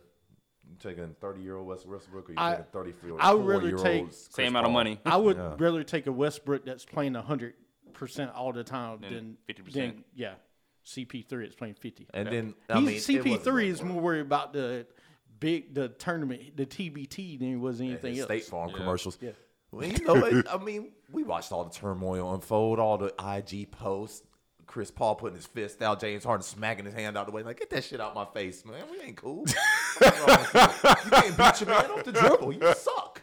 Speaker 3: you taking thirty year old West Westbrook or you
Speaker 1: I-
Speaker 3: taking thirty four
Speaker 1: I would rather
Speaker 3: year old
Speaker 1: take-
Speaker 2: Same amount of money.
Speaker 1: I would
Speaker 3: Yeah.
Speaker 1: rather take a Westbrook that's playing hundred percent all the time than
Speaker 2: 50%.
Speaker 1: than- yeah, CP three that's playing fifty.
Speaker 3: And then I mean,
Speaker 1: He's
Speaker 3: it wasn't
Speaker 1: CP three
Speaker 3: like
Speaker 1: is more worried about the big the tournament the TBT than he was anything
Speaker 3: his
Speaker 1: else.
Speaker 3: State Farm commercials. Well, you know, it, I mean, we watched all the turmoil unfold, all the IG posts. Chris Paul putting his fist out, James Harden smacking his hand out the way, like, get that shit out my face, man. We ain't cool. What's wrong with you? You can't beat your man off the dribble. You suck.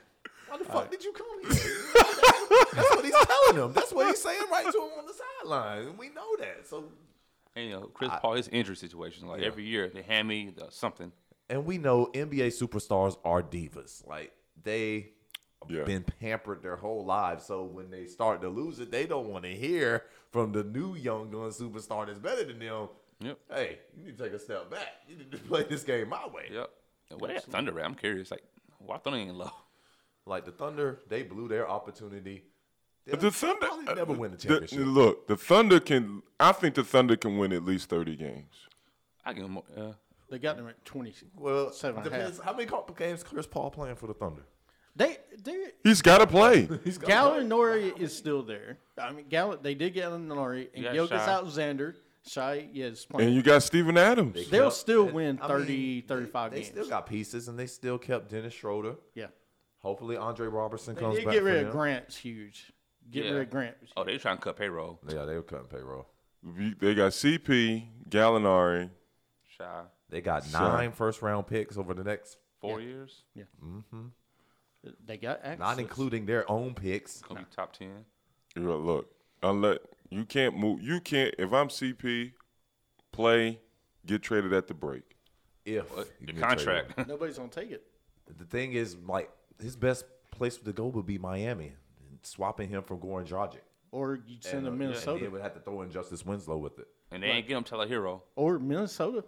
Speaker 3: Why the fuck did you come here? That's what he's telling him. That's what he's saying right to him on the sideline. And we know that. So
Speaker 2: And, you know, Chris Paul, his injury situation. Like every year, they hand me the, something.
Speaker 3: and we know NBA superstars are divas. Like they
Speaker 4: Yeah.
Speaker 3: been pampered their whole lives. So when they start to lose it, they don't want to hear from the new young gun superstar that's better than them.
Speaker 2: Yep.
Speaker 3: Hey, you need to take a step back. You need to play this game my way.
Speaker 2: Yep. And What is Thunder at? I'm curious. Like, why Thunder ain't low?
Speaker 3: Like the Thunder, they blew their opportunity
Speaker 4: The Thunder uh,
Speaker 3: probably never win a
Speaker 4: the-
Speaker 3: championship.
Speaker 4: look, the Thunder can. I think the Thunder can win at least thirty games.
Speaker 2: I give him. more- Uh,
Speaker 1: They got them at twenty.
Speaker 3: well,
Speaker 1: Seven and a
Speaker 3: depends. How many comp games Chris Paul playing for the Thunder?
Speaker 1: They they
Speaker 4: He's got to play.
Speaker 1: Gallinari is still there. I mean, Gall- they did Gallinari and
Speaker 2: got
Speaker 1: Jokic
Speaker 2: Shai.
Speaker 1: Alexander. Shai is
Speaker 4: and
Speaker 1: playing.
Speaker 4: you got Steven Adams.
Speaker 1: They'll
Speaker 3: Well,
Speaker 1: still
Speaker 3: and-
Speaker 1: win
Speaker 3: I
Speaker 1: 30,
Speaker 3: mean,
Speaker 1: 35
Speaker 3: they,
Speaker 1: games.
Speaker 3: They still got pieces, and they still kept Dennis Schroeder.
Speaker 1: yeah,
Speaker 3: Hopefully, Andre Robertson
Speaker 1: they
Speaker 3: comes
Speaker 1: did
Speaker 3: back.
Speaker 1: get
Speaker 3: for
Speaker 1: rid
Speaker 3: them.
Speaker 1: of Grant's huge. Get
Speaker 2: Yeah.
Speaker 1: rid of Grant.
Speaker 2: oh, they trying to cut payroll.
Speaker 3: Yeah, they were cutting payroll.
Speaker 4: You- They got CP, Gallinari.
Speaker 2: Shy
Speaker 3: They got nine first round picks over the next,
Speaker 2: four years.
Speaker 1: They got access.
Speaker 3: not including their own picks.
Speaker 2: Gonna be top ten.
Speaker 4: You know, Look, unless you can't move, you can't. If I'm CP, play, get traded at the break.
Speaker 3: If you
Speaker 2: The
Speaker 3: can get
Speaker 2: contract.
Speaker 1: Nobody's gonna take it.
Speaker 3: traded. The thing is, like his best place to go would be Miami, swapping him for Goran Dragic.
Speaker 1: Or you send them
Speaker 3: And, uh, And
Speaker 1: Minnesota.
Speaker 3: they would have to throw in Justice Winslow with it.
Speaker 2: and they ain't get him till a hero.
Speaker 1: Or Minnesota.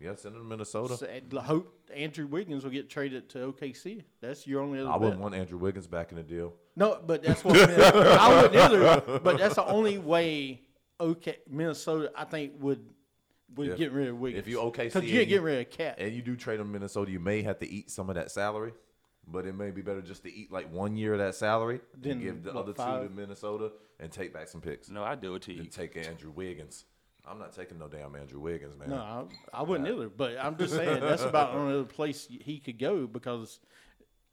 Speaker 3: Yeah, send him to Minnesota.
Speaker 1: So, and I hope Andrew Wiggins will get traded to OKC. That's your only other
Speaker 3: I wouldn't
Speaker 1: bet.
Speaker 3: want Andrew Wiggins back in the deal.
Speaker 1: No, but that's what I meant. I wouldn't either. But that's the only way. Okay, Minnesota, I think would would
Speaker 3: If-
Speaker 1: get rid of Wiggins.
Speaker 3: if you OKC
Speaker 1: because you
Speaker 3: and
Speaker 1: get
Speaker 3: you-
Speaker 1: rid of Cat.
Speaker 3: And you do trade him to Minnesota, you may have to eat some of that salary, but it may be better just to eat like one year of that salary
Speaker 1: Then,
Speaker 3: and give the
Speaker 1: what,
Speaker 3: other two
Speaker 1: five? Mm.
Speaker 3: to Minnesota and take back some picks.
Speaker 2: No, I do it to you.
Speaker 3: And take Andrew Wiggins. I'm not taking no damn Andrew Wiggins, man.
Speaker 1: No, I, I wouldn't either. But I'm just saying that's about the only other place he could go because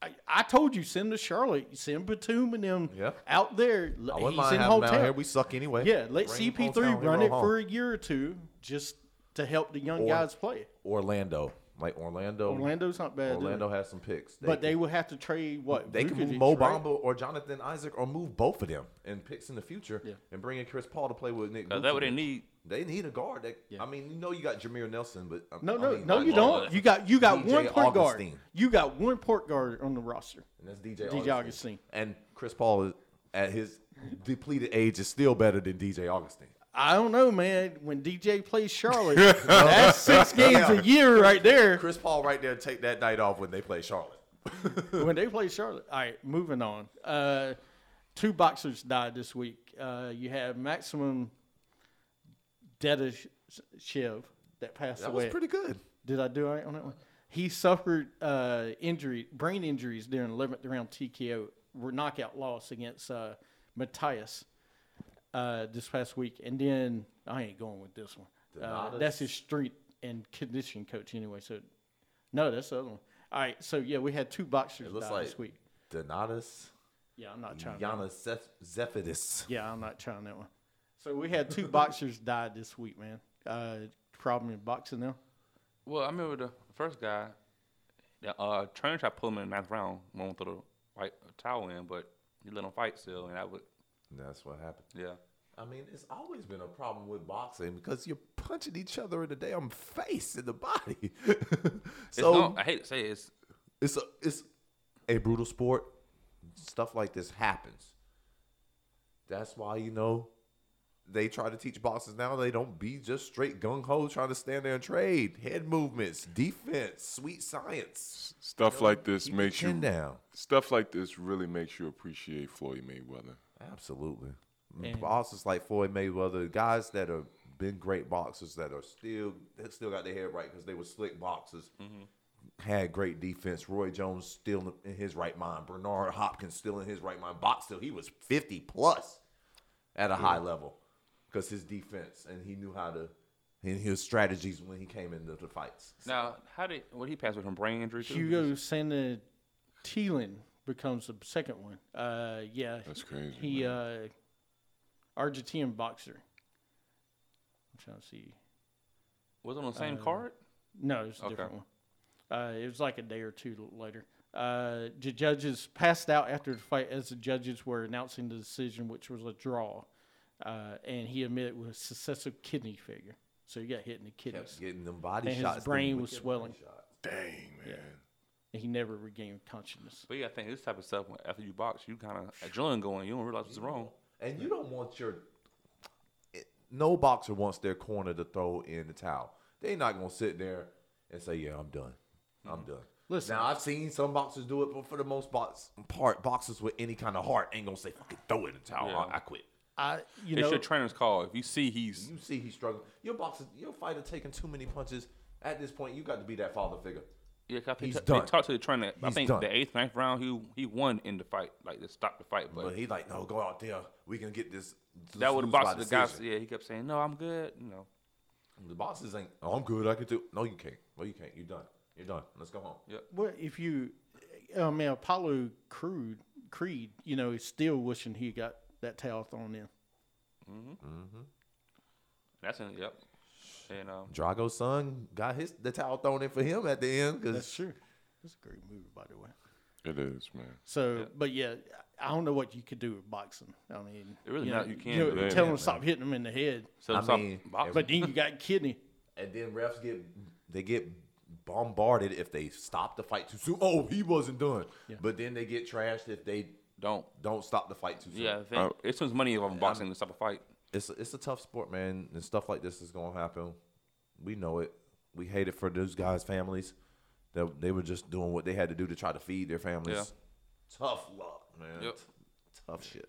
Speaker 1: I, I told you send to Charlotte, send Batum and them
Speaker 3: Yeah.
Speaker 1: out there.
Speaker 3: I
Speaker 1: He's
Speaker 3: wouldn't
Speaker 1: in
Speaker 3: mind having him out
Speaker 1: hometown.
Speaker 3: here. We suck anyway.
Speaker 1: yeah, let
Speaker 3: Bring him hometown
Speaker 1: CP3 run
Speaker 3: hero
Speaker 1: it for
Speaker 3: home.
Speaker 1: a year or two just to help the young
Speaker 3: Or-
Speaker 1: guys play.
Speaker 3: Orlando. Like Orlando.
Speaker 1: Orlando's not bad, either.
Speaker 3: Orlando has some picks.
Speaker 1: but they
Speaker 3: could-
Speaker 1: would have to trade what
Speaker 3: they can move
Speaker 1: Vukovic,
Speaker 3: Mo
Speaker 1: right?
Speaker 3: Bamba or Jonathan Isaac or move both of them and picks in the future
Speaker 1: Yeah.
Speaker 3: and bring in Chris Paul to play with Nick.
Speaker 2: Is Uh, that what they
Speaker 3: Vucevic.
Speaker 2: need?
Speaker 3: They need a guard. That
Speaker 1: Yeah.
Speaker 3: I mean, you know, you got Jameer Nelson, but I-
Speaker 1: No,
Speaker 3: I
Speaker 1: no,
Speaker 3: mean,
Speaker 1: no,
Speaker 3: like,
Speaker 1: you don't. You got you got
Speaker 3: DJ
Speaker 1: one point guard.
Speaker 3: Augustine.
Speaker 1: You got one point guard on the roster.
Speaker 3: And that's DJ,
Speaker 1: DJ
Speaker 3: Augustine.
Speaker 1: Augustine.
Speaker 3: And Chris Paul is, at his depleted age is still better than DJ Augustine.
Speaker 1: I don't know, man. When DJ plays Charlotte, that's six games a year right there.
Speaker 3: Chris Paul right there take that night off when they play Charlotte.
Speaker 1: when they play Charlotte. All right, moving on. Uh, two boxers died this week. Uh, you have Maximum Dedashev that passed
Speaker 3: That
Speaker 1: away.
Speaker 3: was pretty good.
Speaker 1: Did I do all right on that one? He suffered uh, injury, brain injuries during 11th round TKO were knockout loss against uh, Matthias uh, this past week. And then I ain't going with this one. Uh,
Speaker 3: Donatas?
Speaker 1: that's his strength and conditioning coach anyway. So no, that's the other one. All right, so yeah, we had two boxers
Speaker 3: It looks
Speaker 1: die
Speaker 3: like
Speaker 1: this week.
Speaker 3: Donatus
Speaker 1: Yeah, I'm not trying. That.
Speaker 3: Giannis Zeph- Zephidis.
Speaker 1: Yeah, I'm not trying that one. So we had two boxers die this week, man. Uh, problem in boxing now.
Speaker 2: Well, I remember the first guy. The uh, trainer tried to pull him in the ninth round, one through the white towel in, but he let him fight still, and I would,
Speaker 3: And That's what happened.
Speaker 2: yeah.
Speaker 3: I mean, it's always been a problem with boxing because you're punching each other in the damn face in the body.
Speaker 2: It's
Speaker 3: so
Speaker 2: not- I hate to say it, it's
Speaker 3: it's a it's a brutal sport. Stuff like this happens. That's why you know they try to teach boxers now. They don't be just straight gung ho trying to stand there and trade head movements, defense, sweet science.
Speaker 4: Stuff like this
Speaker 3: Keep your
Speaker 4: makes you.
Speaker 3: chin down.
Speaker 4: Stuff like this really makes you appreciate Floyd Mayweather.
Speaker 3: Absolutely. Bosses like Floyd Mayweather, guys that have been great boxers that are still that still got their head right because they were slick boxers,
Speaker 1: Mm-hmm.
Speaker 3: had great defense. Roy Jones still in his right mind. Bernard Hopkins still in his right mind. Boxed till he was fifty plus at a high level because his defense and he knew how to and his strategies when he came into the fights.
Speaker 2: now how did what he passed with from brain injury? Too?
Speaker 1: Hugo Santa Teelan becomes the second one. Uh, yeah,
Speaker 4: That's crazy,
Speaker 1: He uh, Argentine boxer. I'm trying to see.
Speaker 2: was it on the same
Speaker 3: Uh,
Speaker 2: card?
Speaker 1: No, it's a
Speaker 2: Okay.
Speaker 1: different one. Uh, it was like a day or two later. Uh, the judges passed out after the fight as the judges were announcing the decision, which was a draw. Uh, and he admitted with successive kidney failure. So he got hit in the kidneys.
Speaker 3: Kept getting them body
Speaker 1: And his
Speaker 3: shots.
Speaker 1: brain
Speaker 3: didn't
Speaker 1: was
Speaker 3: he?
Speaker 1: swelling.
Speaker 4: Dang man.
Speaker 1: And he never regained consciousness.
Speaker 2: But yeah, I think this type of stuff when- after you box, you kind of adrenaline going, you don't realize what's wrong.
Speaker 3: And you don't want your it- no boxer wants their
Speaker 2: Mm-hmm.
Speaker 3: corner to throw in the towel. They're not gonna sit there and say, "Yeah, I'm done. I'm done."
Speaker 1: Listen,
Speaker 3: Now I've seen some boxers do it, but for the most box, part, boxers with any kind of heart ain't gonna say fucking throw it in the towel.
Speaker 2: Yeah.
Speaker 3: I, I quit.
Speaker 1: I you
Speaker 2: it's
Speaker 1: know
Speaker 2: your trainer's call. If you see he's
Speaker 3: You see, he's struggling. Your boxer, your fighter taking too many punches. At this point, you got to be that father figure.
Speaker 2: Yeah, 'cause I think
Speaker 3: He's
Speaker 2: t-
Speaker 3: done.
Speaker 2: they talked to the trainer. I
Speaker 3: He's
Speaker 2: think
Speaker 3: done.
Speaker 2: the eighth, ninth round, he he won in the fight, like they stopped the fight. But,
Speaker 3: But he like, no, go out there. We can get this.
Speaker 2: that would have
Speaker 3: lose by
Speaker 2: boxed the guy.
Speaker 3: decision."
Speaker 2: Yeah, he kept saying, "No, I'm good." You know,
Speaker 3: The boxers ain't. Oh, I'm good. I can do. No, you can't. No, you can't. You're done. You're done. Let's go home.
Speaker 1: what if you? I mean, Apollo Creed, Creed, you know, is still wishing he got that towel thrown in.
Speaker 2: that's in, yep. And um,
Speaker 3: Drago's son got his the towel thrown in for him at the end
Speaker 1: That's
Speaker 3: because
Speaker 1: true. That's a great movie, by the way.
Speaker 4: It is, man.
Speaker 1: So, but yeah, I don't know what you could do with boxing. I mean,
Speaker 2: It really
Speaker 1: you
Speaker 2: not-
Speaker 1: know,
Speaker 2: you can't
Speaker 1: know,
Speaker 2: do that,
Speaker 1: tell
Speaker 4: man.
Speaker 1: them to stop hitting them in the head.
Speaker 2: so
Speaker 3: I
Speaker 2: it's all-
Speaker 3: mean,
Speaker 2: box-
Speaker 1: But then you got kidney.
Speaker 3: and then refs get they get bombarded if they stop the fight too soon. Oh, he wasn't done. But then they get trashed if they
Speaker 2: don't.
Speaker 3: don't stop the fight too soon.
Speaker 2: Yeah, I think it turns money if I'm boxing to stop a fight.
Speaker 3: it's a, it's a tough sport, man, and stuff like this is gonna happen. We know it. We hate it for those guys' families that they were just doing what they had to do to try to feed their families. Tough luck, man.
Speaker 2: Yep.
Speaker 3: Tough shit.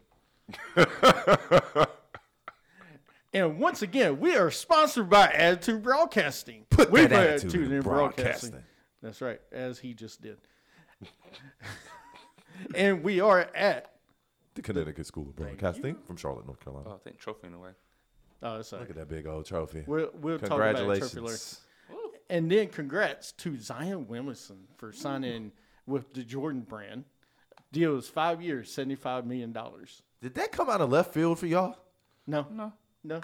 Speaker 1: And once again, we are sponsored by Attitude Broadcasting.
Speaker 3: Put
Speaker 1: we
Speaker 3: that
Speaker 1: put
Speaker 3: attitude in broadcasting.
Speaker 1: That's right, as he just did. and we are at.
Speaker 3: The Connecticut School of Broadcasting from Charlotte, North Carolina.
Speaker 2: Oh, I think trophy in a way.
Speaker 1: Oh, sorry.
Speaker 3: Look at that big old trophy.
Speaker 1: We'll, we'll talk about it trophy later.
Speaker 3: Congratulations.
Speaker 1: And then congrats to Zion Williamson for signing with the Jordan brand. Deal is five years, $75 million.
Speaker 3: Did that come out of left field for y'all?
Speaker 1: No. No. No.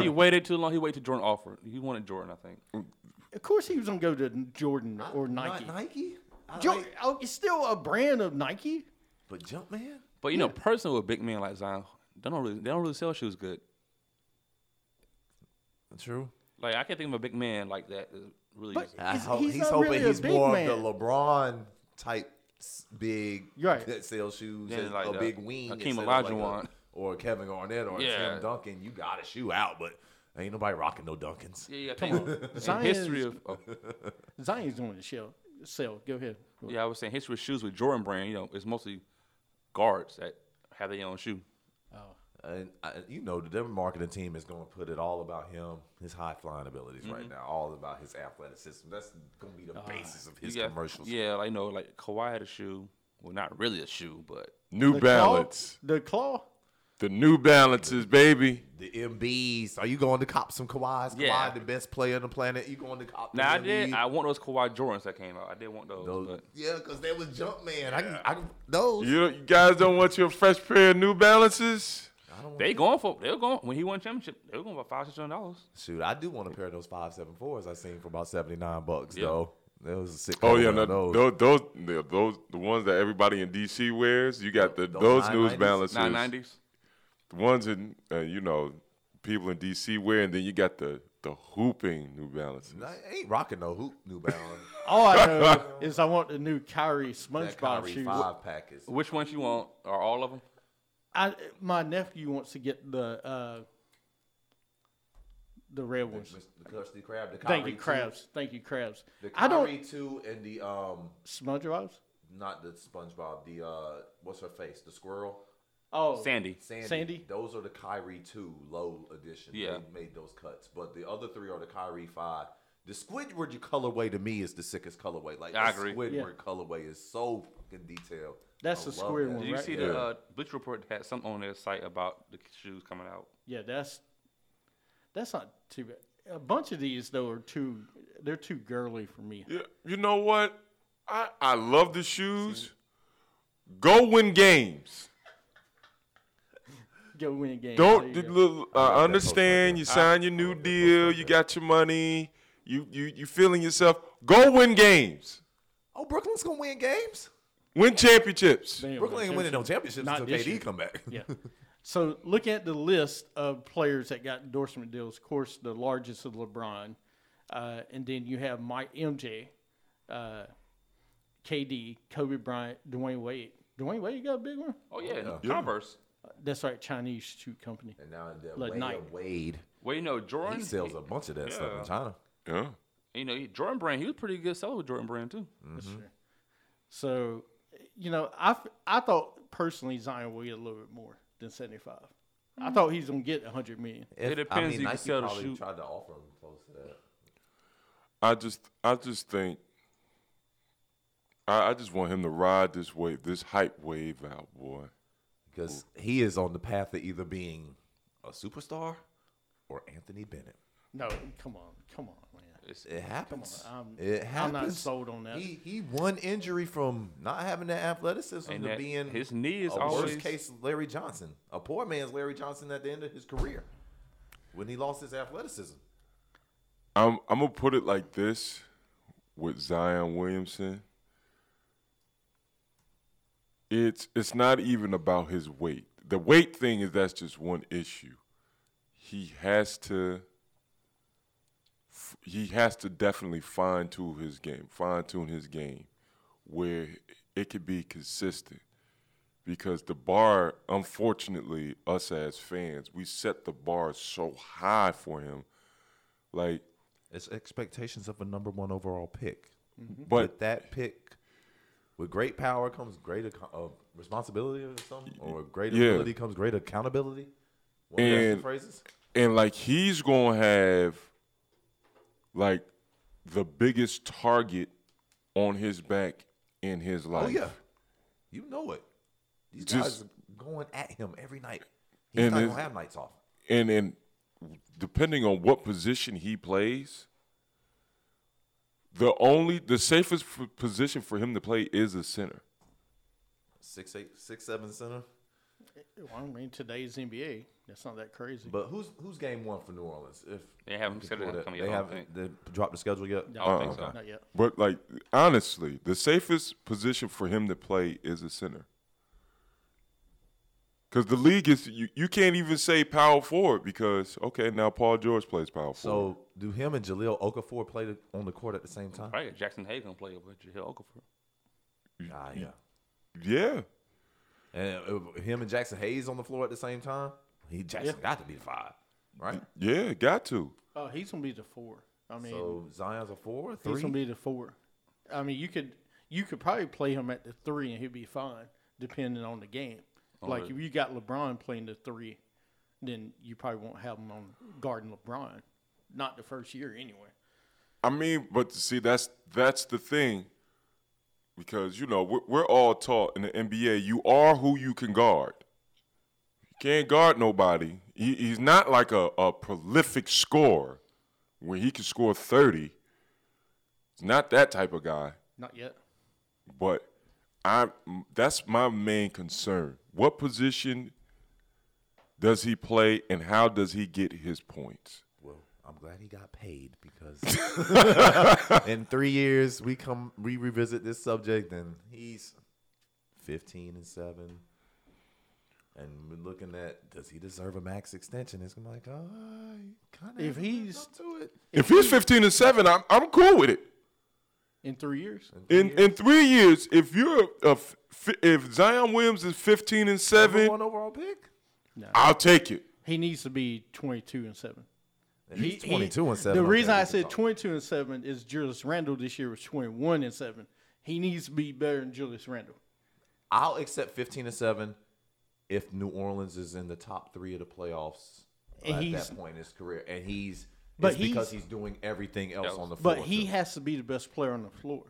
Speaker 2: He waited too long. He waited till Jordan offered. He wanted Jordan, I think.
Speaker 1: Of course he was going to go to Jordan or Nike.
Speaker 3: Not Nike? I
Speaker 1: Jo-
Speaker 3: like-
Speaker 1: oh, it's still a brand of Nike.
Speaker 3: but Jumpman?
Speaker 2: But you know, person with a big man like Zion, they don't really they don't really sell shoes good.
Speaker 3: True.
Speaker 2: Like I can't think of a big man like that. that Really,
Speaker 1: But-
Speaker 2: uses-
Speaker 3: I
Speaker 1: He's-
Speaker 3: hope-
Speaker 1: he's not really a
Speaker 3: he's
Speaker 1: big
Speaker 3: more
Speaker 1: man.
Speaker 3: of the LeBron type s- big
Speaker 1: You're right.
Speaker 3: that sells shoes
Speaker 2: Yeah,
Speaker 3: and
Speaker 2: like
Speaker 3: a
Speaker 2: the
Speaker 3: big wing.
Speaker 2: Hakeem
Speaker 3: instead of like a-
Speaker 2: Olajuwon.
Speaker 3: or a Kevin Garnett or a
Speaker 2: Yeah.
Speaker 3: Tim Duncan. You got a shoe out, but ain't nobody rocking no Dunkins.
Speaker 2: yeah, yeah. I think in
Speaker 1: Zion's-
Speaker 2: history of oh,
Speaker 1: Zion's doing the show. Sell. Go ahead.
Speaker 2: Yeah, I was saying history of shoes with Jordan Brand. You know, it's mostly guards that have their own shoe.
Speaker 3: Oh. And I, you know, their marketing team is going to put it all about him, his high flying abilities
Speaker 2: Mm-hmm.
Speaker 3: right now, all about his athleticism. That's going to be the basis of his
Speaker 2: Uh, You got-
Speaker 3: commercials.
Speaker 2: Yeah, like you know, like Kawhi had a shoe. Well, not really a shoe, but
Speaker 4: New Balance.
Speaker 1: Claw, the claw.
Speaker 4: The New Balances, baby.
Speaker 3: The MBs. Are you going to cop some Kawhi's? Kawhi,
Speaker 2: Yeah.
Speaker 3: the best player on the planet. You going to cop? the
Speaker 2: now I did.
Speaker 3: MBs?
Speaker 2: I want those Kawhi Jordans that came out. I did want those,
Speaker 3: Those,
Speaker 2: but
Speaker 3: yeah, because they was Jumpman. I, can- I can- those.
Speaker 4: You, you guys don't want your fresh pair of New Balances?
Speaker 2: they going for they were going when he won championship. They were going for five six hundred dollars.
Speaker 3: Shoot, I do want a pair of those five seven fours I seen for about seventy nine bucks
Speaker 2: Yeah.
Speaker 3: though. That was a sick.
Speaker 4: Oh
Speaker 3: pair
Speaker 4: yeah,
Speaker 3: of
Speaker 4: no,
Speaker 3: those.
Speaker 4: those those yeah, those the ones that everybody in DC wears. You got the
Speaker 3: Those
Speaker 4: those New
Speaker 3: 990s?
Speaker 4: Balances,
Speaker 2: Nine nineties.
Speaker 4: the ones in uh, you know people in DC wear, and then you got the the hooping New Balances.
Speaker 3: I ain't rocking no hoop New Balance.
Speaker 1: All I know is I want the new Kyrie
Speaker 3: that
Speaker 1: SpongeBob
Speaker 3: Kyrie
Speaker 1: shoes.
Speaker 3: five package.
Speaker 2: Which ones you want? Are all of them?
Speaker 1: I my nephew wants to get the uh, the red ones.
Speaker 3: Mr. The Krusty Krab, the Kyrie
Speaker 1: Thank you,
Speaker 3: two-
Speaker 1: crabs. Thank you, crabs.
Speaker 3: The Kyrie
Speaker 1: I don't
Speaker 3: two and the um,
Speaker 1: SpongeBob's.
Speaker 3: not the SpongeBob. The uh, what's her face? The squirrel.
Speaker 1: Oh,
Speaker 2: Sandy.
Speaker 3: Sandy.
Speaker 1: Sandy?
Speaker 3: Those are the Kyrie two low edition.
Speaker 2: Yeah.
Speaker 3: they made those cuts, but the other three are the Kyrie five. The Squidward colorway to me is the sickest colorway. Like
Speaker 2: I
Speaker 3: the
Speaker 2: agree.
Speaker 3: Squidward
Speaker 1: Yeah.
Speaker 3: colorway is so fucking detailed.
Speaker 1: That's the
Speaker 3: love
Speaker 1: Squidward
Speaker 3: that.
Speaker 1: one,
Speaker 2: Did you
Speaker 1: Right,
Speaker 2: see
Speaker 4: yeah.
Speaker 2: the uh, Bleach Report had something on their site about the shoes coming out?
Speaker 1: Yeah, that's that's not too bad. A bunch of these though are too they're too girly for me.
Speaker 4: Yeah, you know what? I I love the shoes. Go win games.
Speaker 1: Go win a game.
Speaker 4: Don't
Speaker 1: There you
Speaker 4: d-
Speaker 1: go.
Speaker 4: look, I
Speaker 3: that
Speaker 4: understand. You sign your new deal. You got your money. You you you feeling yourself. Go win games.
Speaker 3: Oh, Brooklyn's gonna win games.
Speaker 4: Win championships.
Speaker 1: Damn,
Speaker 3: Brooklyn ain't
Speaker 1: seriously.
Speaker 3: winning no championships
Speaker 1: Not
Speaker 3: until
Speaker 1: this
Speaker 3: KD
Speaker 1: year.
Speaker 3: come back.
Speaker 1: Yeah. So looking at the list of players that got endorsement deals, of course, the largest is LeBron, uh, and then you have Mike MJ, uh, KD, Kobe Bryant, Dwayne Wade. Dwayne Wade got a big one.
Speaker 2: Oh yeah, Converse.
Speaker 1: That's right, Chinese shoe company.
Speaker 3: And now the
Speaker 1: Like
Speaker 3: Wade,
Speaker 1: Nike.
Speaker 3: Wade,
Speaker 2: Well, you know
Speaker 3: he
Speaker 2: Jordan.
Speaker 3: sells a bunch of that stuff in China.
Speaker 4: Yeah.
Speaker 2: You know, he- Jordan Brand, he was a pretty good seller with Jordan Brand too.
Speaker 1: That's
Speaker 3: Mm-hmm.
Speaker 1: true. So, you know, I, f- I thought personally Zion will get a little bit more than 75. I thought he's going to get 100 million.
Speaker 3: If-
Speaker 2: depends if you
Speaker 3: Nike
Speaker 2: sell the
Speaker 3: probably
Speaker 2: shoe.
Speaker 3: tried to offer him close to that.
Speaker 4: I just I just think I, I just want him to ride this wave, this hype wave out, boy.
Speaker 3: because he is on the path of either being a superstar or Anthony Bennett.
Speaker 1: No, come on. Come on, man.
Speaker 3: It happens.
Speaker 1: on, I'm-
Speaker 3: it
Speaker 1: I'm
Speaker 3: happens.
Speaker 1: not sold on that.
Speaker 3: He he one injury from not having that athleticism
Speaker 2: And
Speaker 3: to
Speaker 2: that-
Speaker 3: being
Speaker 2: his knee is
Speaker 3: a
Speaker 2: always-
Speaker 3: worst case Larry Johnson, a poor man's Larry Johnson at the end of his career when he lost his athleticism.
Speaker 4: I'm I'm gonna put it like this with Zion Williamson. It's it's not even about his weight. The weight thing is that's just one issue. He has to f- he has to definitely fine tune his game, fine tune his game where it could be consistent. Because the bar, unfortunately, us as fans, we set the bar so high for him. Like
Speaker 3: It's expectations of a number one overall pick,
Speaker 1: Mm-hmm.
Speaker 4: But
Speaker 3: with that pick. With great power comes great ac- uh, responsibility or something, or great
Speaker 4: Yeah.
Speaker 3: ability comes great accountability. One of those
Speaker 4: And-
Speaker 3: phrases.
Speaker 4: and like he's gonna have like the biggest target on his back in his life.
Speaker 3: Oh yeah, you know it. These
Speaker 4: Just-
Speaker 3: guys are going at him every night. He's
Speaker 4: And
Speaker 3: not
Speaker 4: it's-
Speaker 3: gonna have nights off.
Speaker 4: And and depending on what position he plays, the only the safest f- position for him to play is a center.
Speaker 3: Six eight, six seven center.
Speaker 1: Well, I mean, today's NBA, that's not that crazy.
Speaker 3: But who's who's game one for New Orleans? If
Speaker 2: They haven't
Speaker 3: if
Speaker 2: said
Speaker 3: you
Speaker 2: it
Speaker 3: pull
Speaker 2: come
Speaker 3: that-
Speaker 2: yet,
Speaker 3: They
Speaker 2: I don't
Speaker 3: haven't they dropped the schedule yet.
Speaker 1: No,
Speaker 2: don't think so.
Speaker 1: not yet.
Speaker 4: But like honestly, the safest position for him to play is a center. Cause the league is you, you can't even say power forward because okay now Paul George plays power forward.
Speaker 3: So do him and Jaleel Okafor play the- on the court at the same time?
Speaker 2: Probably got Jackson Hay gonna play with Jahlil Okafor.
Speaker 3: Ah, yeah.
Speaker 4: yeah,
Speaker 3: And uh, him and Jackson Hayes on the floor at the same time. He Jackson got to be the five, right?
Speaker 4: yeah, got to.
Speaker 1: Oh, he's going to be the four. I mean,
Speaker 3: So Zion's a four,
Speaker 1: he's
Speaker 3: three.
Speaker 1: going to be the four. I mean, you could you could probably play him at the three and he'd be fine, depending on the game. like if you got LeBron playing the three, then you probably won't have him on guarding LeBron. Not the first year anyway.
Speaker 4: I mean, but see that's that's the thing because you know we're, we're all taught in the NBA you are who you can guard. You can't guard nobody. He, he's not like a, a prolific scorer where he can score thirty. He's not that type of guy.
Speaker 1: Not yet.
Speaker 4: But I that's my main concern. What position does he play, and how does he get his points?
Speaker 3: Well, I'm glad he got paid because in three years we come we revisit this subject and he's 15 and seven, and we're looking at does he deserve a max extension? It's gonna be like, oh, kind of.
Speaker 1: If he's-
Speaker 3: to it
Speaker 4: If he's fifteen and seven, I'm I'm cool with it.
Speaker 1: In three years.
Speaker 4: In in three years, if you're a, f- if Zion Williams is fifteen and
Speaker 3: Number
Speaker 4: seven,
Speaker 3: one overall pick,
Speaker 4: I'll take it.
Speaker 1: He needs to be twenty two and seven.
Speaker 3: If he's
Speaker 1: He-
Speaker 3: 22
Speaker 1: he-
Speaker 3: and seven.
Speaker 1: The
Speaker 3: okay,
Speaker 1: reason
Speaker 3: we
Speaker 1: I
Speaker 3: can
Speaker 1: said
Speaker 3: talk.
Speaker 1: 22 and 7 is Julius Randle this year was 21 and 7. He needs to be better than Julius Randle.
Speaker 3: I'll accept 15 and seven if New Orleans is in the top three of the playoffs
Speaker 1: And
Speaker 3: at
Speaker 1: he's-
Speaker 3: that point in his career, and he's.
Speaker 1: But
Speaker 3: it's because
Speaker 1: he's-
Speaker 3: he's doing everything else on the floor.
Speaker 1: But
Speaker 3: too.
Speaker 1: he has to be the best player on the floor.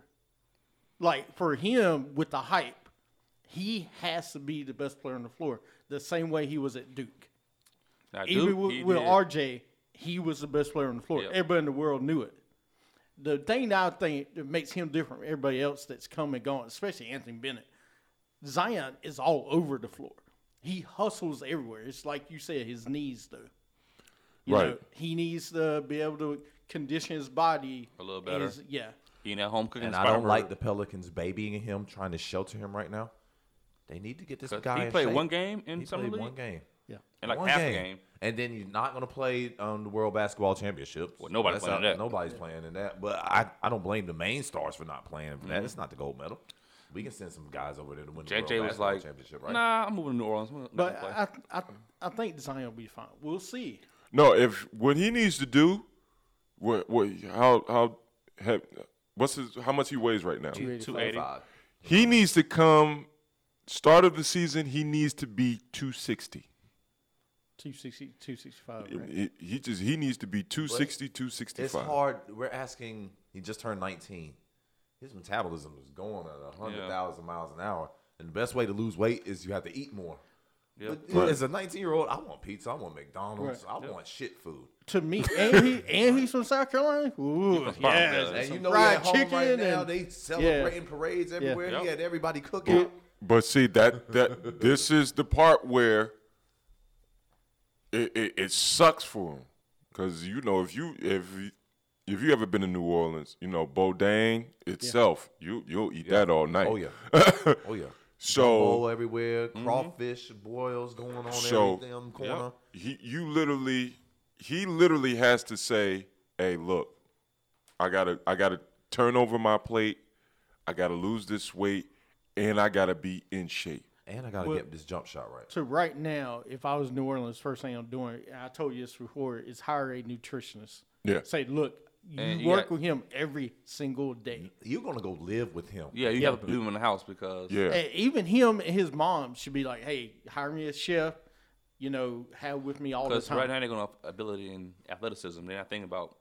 Speaker 1: Like for him with the hype, he has to be the best player on the floor. The same way he was at Duke.
Speaker 2: Now,
Speaker 1: Even
Speaker 2: Duke,
Speaker 1: with,
Speaker 2: he
Speaker 1: with
Speaker 2: did.
Speaker 1: RJ, he was the best player on the floor.
Speaker 2: Yeah.
Speaker 1: Everybody in the world knew it. The thing that I think that makes him different from everybody else that's come and gone, especially Anthony Bennett, Zion is all over the floor. He hustles everywhere. It's like you said, his knees though. You know,
Speaker 4: Right.
Speaker 1: he needs to be able to condition his body
Speaker 2: A little
Speaker 1: and
Speaker 2: better.
Speaker 1: his- yeah.
Speaker 2: He in that home cooking.
Speaker 3: And I don't like the Pelicans babying him, trying to shelter him right now. They need to get this guy.
Speaker 2: He
Speaker 3: in
Speaker 2: played
Speaker 3: shape.
Speaker 2: one game in
Speaker 3: He
Speaker 2: summer
Speaker 3: played
Speaker 2: league.
Speaker 3: one game.
Speaker 1: Yeah.
Speaker 2: And like
Speaker 3: One
Speaker 2: half a game.
Speaker 3: And then you're not going to play um, the World Basketball Championships.
Speaker 2: Well, nobody's
Speaker 3: That's
Speaker 2: playing
Speaker 3: not-
Speaker 2: that.
Speaker 3: Nobody's playing in that. But I, I don't blame the main stars for not playing
Speaker 2: Mm-hmm.
Speaker 3: for that. It's not the gold medal. We can send some guys over there to win the World
Speaker 2: JJ was
Speaker 3: Basketball
Speaker 2: like,
Speaker 3: championship, right?
Speaker 2: "Nah, I'm moving to New Orleans." I'm not gonna
Speaker 1: But
Speaker 2: play."
Speaker 1: I, I I think Zion will be fine. We'll see.
Speaker 4: No, if what he needs to do, what what how how have, what's his? How much he weighs right now?
Speaker 2: 280.
Speaker 4: He needs to come. Start of the season, he needs to be 260.
Speaker 1: 260, 265, right?
Speaker 4: He, he just he needs to be 260,
Speaker 3: It's
Speaker 4: 265.
Speaker 3: hard. We're asking. He just turned 19. His metabolism is going at 100,000 miles an hour. And the best way to lose weight is you have to eat more.
Speaker 2: Yep.
Speaker 3: But As a 19 year old, I want pizza. I want McDonald's. I want shit food.
Speaker 1: To me, and he and he's from South Carolina. Ooh,
Speaker 2: from
Speaker 1: yes,
Speaker 2: Barbados.
Speaker 1: and
Speaker 3: And you
Speaker 1: some
Speaker 3: know,
Speaker 1: fried
Speaker 3: at home
Speaker 1: chicken
Speaker 3: right now,
Speaker 1: and
Speaker 3: they celebrating parades everywhere.
Speaker 2: Yep.
Speaker 3: He had everybody cooking.
Speaker 4: But see that that this is the part where it, it, it sucks for him because you know if you if if you ever been to New Orleans, you know Bodang itself, you you'll eat that all night.
Speaker 3: Oh, yeah. Oh, yeah.
Speaker 4: So
Speaker 3: Bowl everywhere,
Speaker 2: Mm-hmm.
Speaker 3: crawfish boils going on
Speaker 4: So-
Speaker 3: every damn corner.
Speaker 4: he you literally he literally has to say, "Hey, look, I gotta I gotta turn over my plate, I gotta lose this weight, and I gotta be in shape."
Speaker 3: And I got to get this jump shot right.
Speaker 1: So right now, if I was New Orleans, first thing I'm doing, and I told you this before, is hire a nutritionist.
Speaker 4: Yeah.
Speaker 1: Say, look, you
Speaker 2: And you
Speaker 1: work
Speaker 2: got-
Speaker 1: with him every single day.
Speaker 3: You're going to go live with him.
Speaker 2: Yeah, you have to leave him in the house because
Speaker 4: Yeah.
Speaker 1: And even him and his mom should be like, hey, hire me a chef. You know, have with me all the
Speaker 2: because
Speaker 1: time
Speaker 2: right now they're going to ability and athleticism. They're not thinking about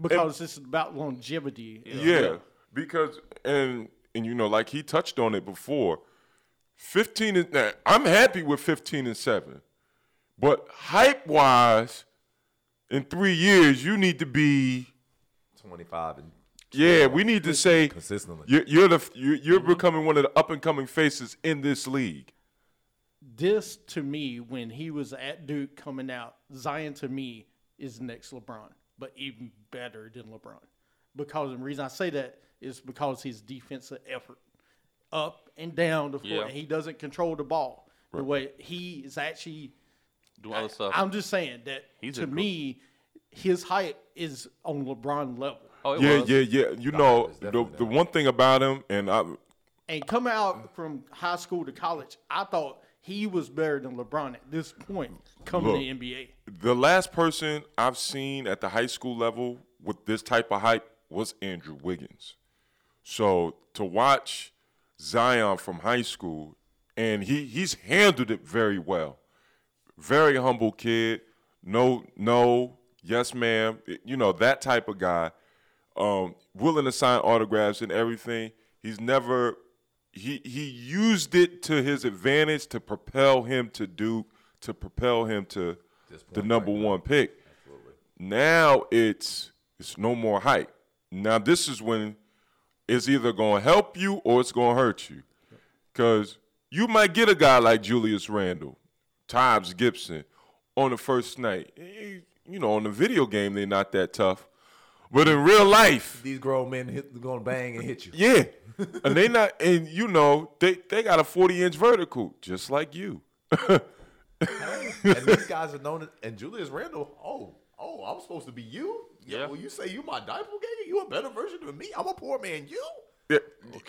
Speaker 1: because it's about longevity.
Speaker 4: Yeah, because and and you know, like he touched on it before. Fifteen and now, I'm happy with fifteen and seven, but hype wise, in three years you need to be.
Speaker 3: 25 and
Speaker 4: Yeah, we need to say
Speaker 3: consistently.
Speaker 4: you're, you're the you're, you're becoming one of the up and coming faces in this league.
Speaker 1: This to me, when he was at Duke coming out, Zion to me is the next LeBron, but even better than LeBron. Because the reason I say that is because his defensive effort, up and down the floor,
Speaker 2: Yeah.
Speaker 1: and he doesn't control the ball the way he is actually.
Speaker 2: doing other stuff.
Speaker 1: I'm just saying that
Speaker 2: He's
Speaker 1: to
Speaker 2: a gr-
Speaker 1: me, his hype is on LeBron level.
Speaker 2: oh, it
Speaker 4: Yeah,
Speaker 2: was.
Speaker 4: yeah, yeah. You know,
Speaker 3: it's
Speaker 4: the,
Speaker 3: definitely
Speaker 4: the one thing about him, and I,
Speaker 1: And coming out from high school to college, I thought he was better than LeBron at this point coming to the NBA.
Speaker 4: the last person I've seen at the high school level with this type of hype was Andrew Wiggins. So to watch Zion from high school, and he he's handled it very well. Very humble kid. No, no, yes, ma'am. You know that type of guy. Um, willing to sign autographs and everything. He's never. He he used it to his advantage to propel him to Duke, to propel him to the number one pick. Now it's it's no more hype. Now this is when it's either going to help you or it's going to hurt you. Because you might get a guy like Julius Randle, Tibbs Gibson on the first night. Eh, You know, on the video game, they're not that tough. But in real life,
Speaker 3: These grown men hit, gonna bang and hit you.
Speaker 4: yeah. and they not, and you know, they, they got a 40 inch vertical, just like you.
Speaker 3: and these guys are known. And Julius Randle, oh, oh, I'm supposed to be you. Yeah.
Speaker 2: Yeah.
Speaker 3: Well, you say you my doppelganger. You a better version of me. I'm a poor man. You.
Speaker 4: Yeah,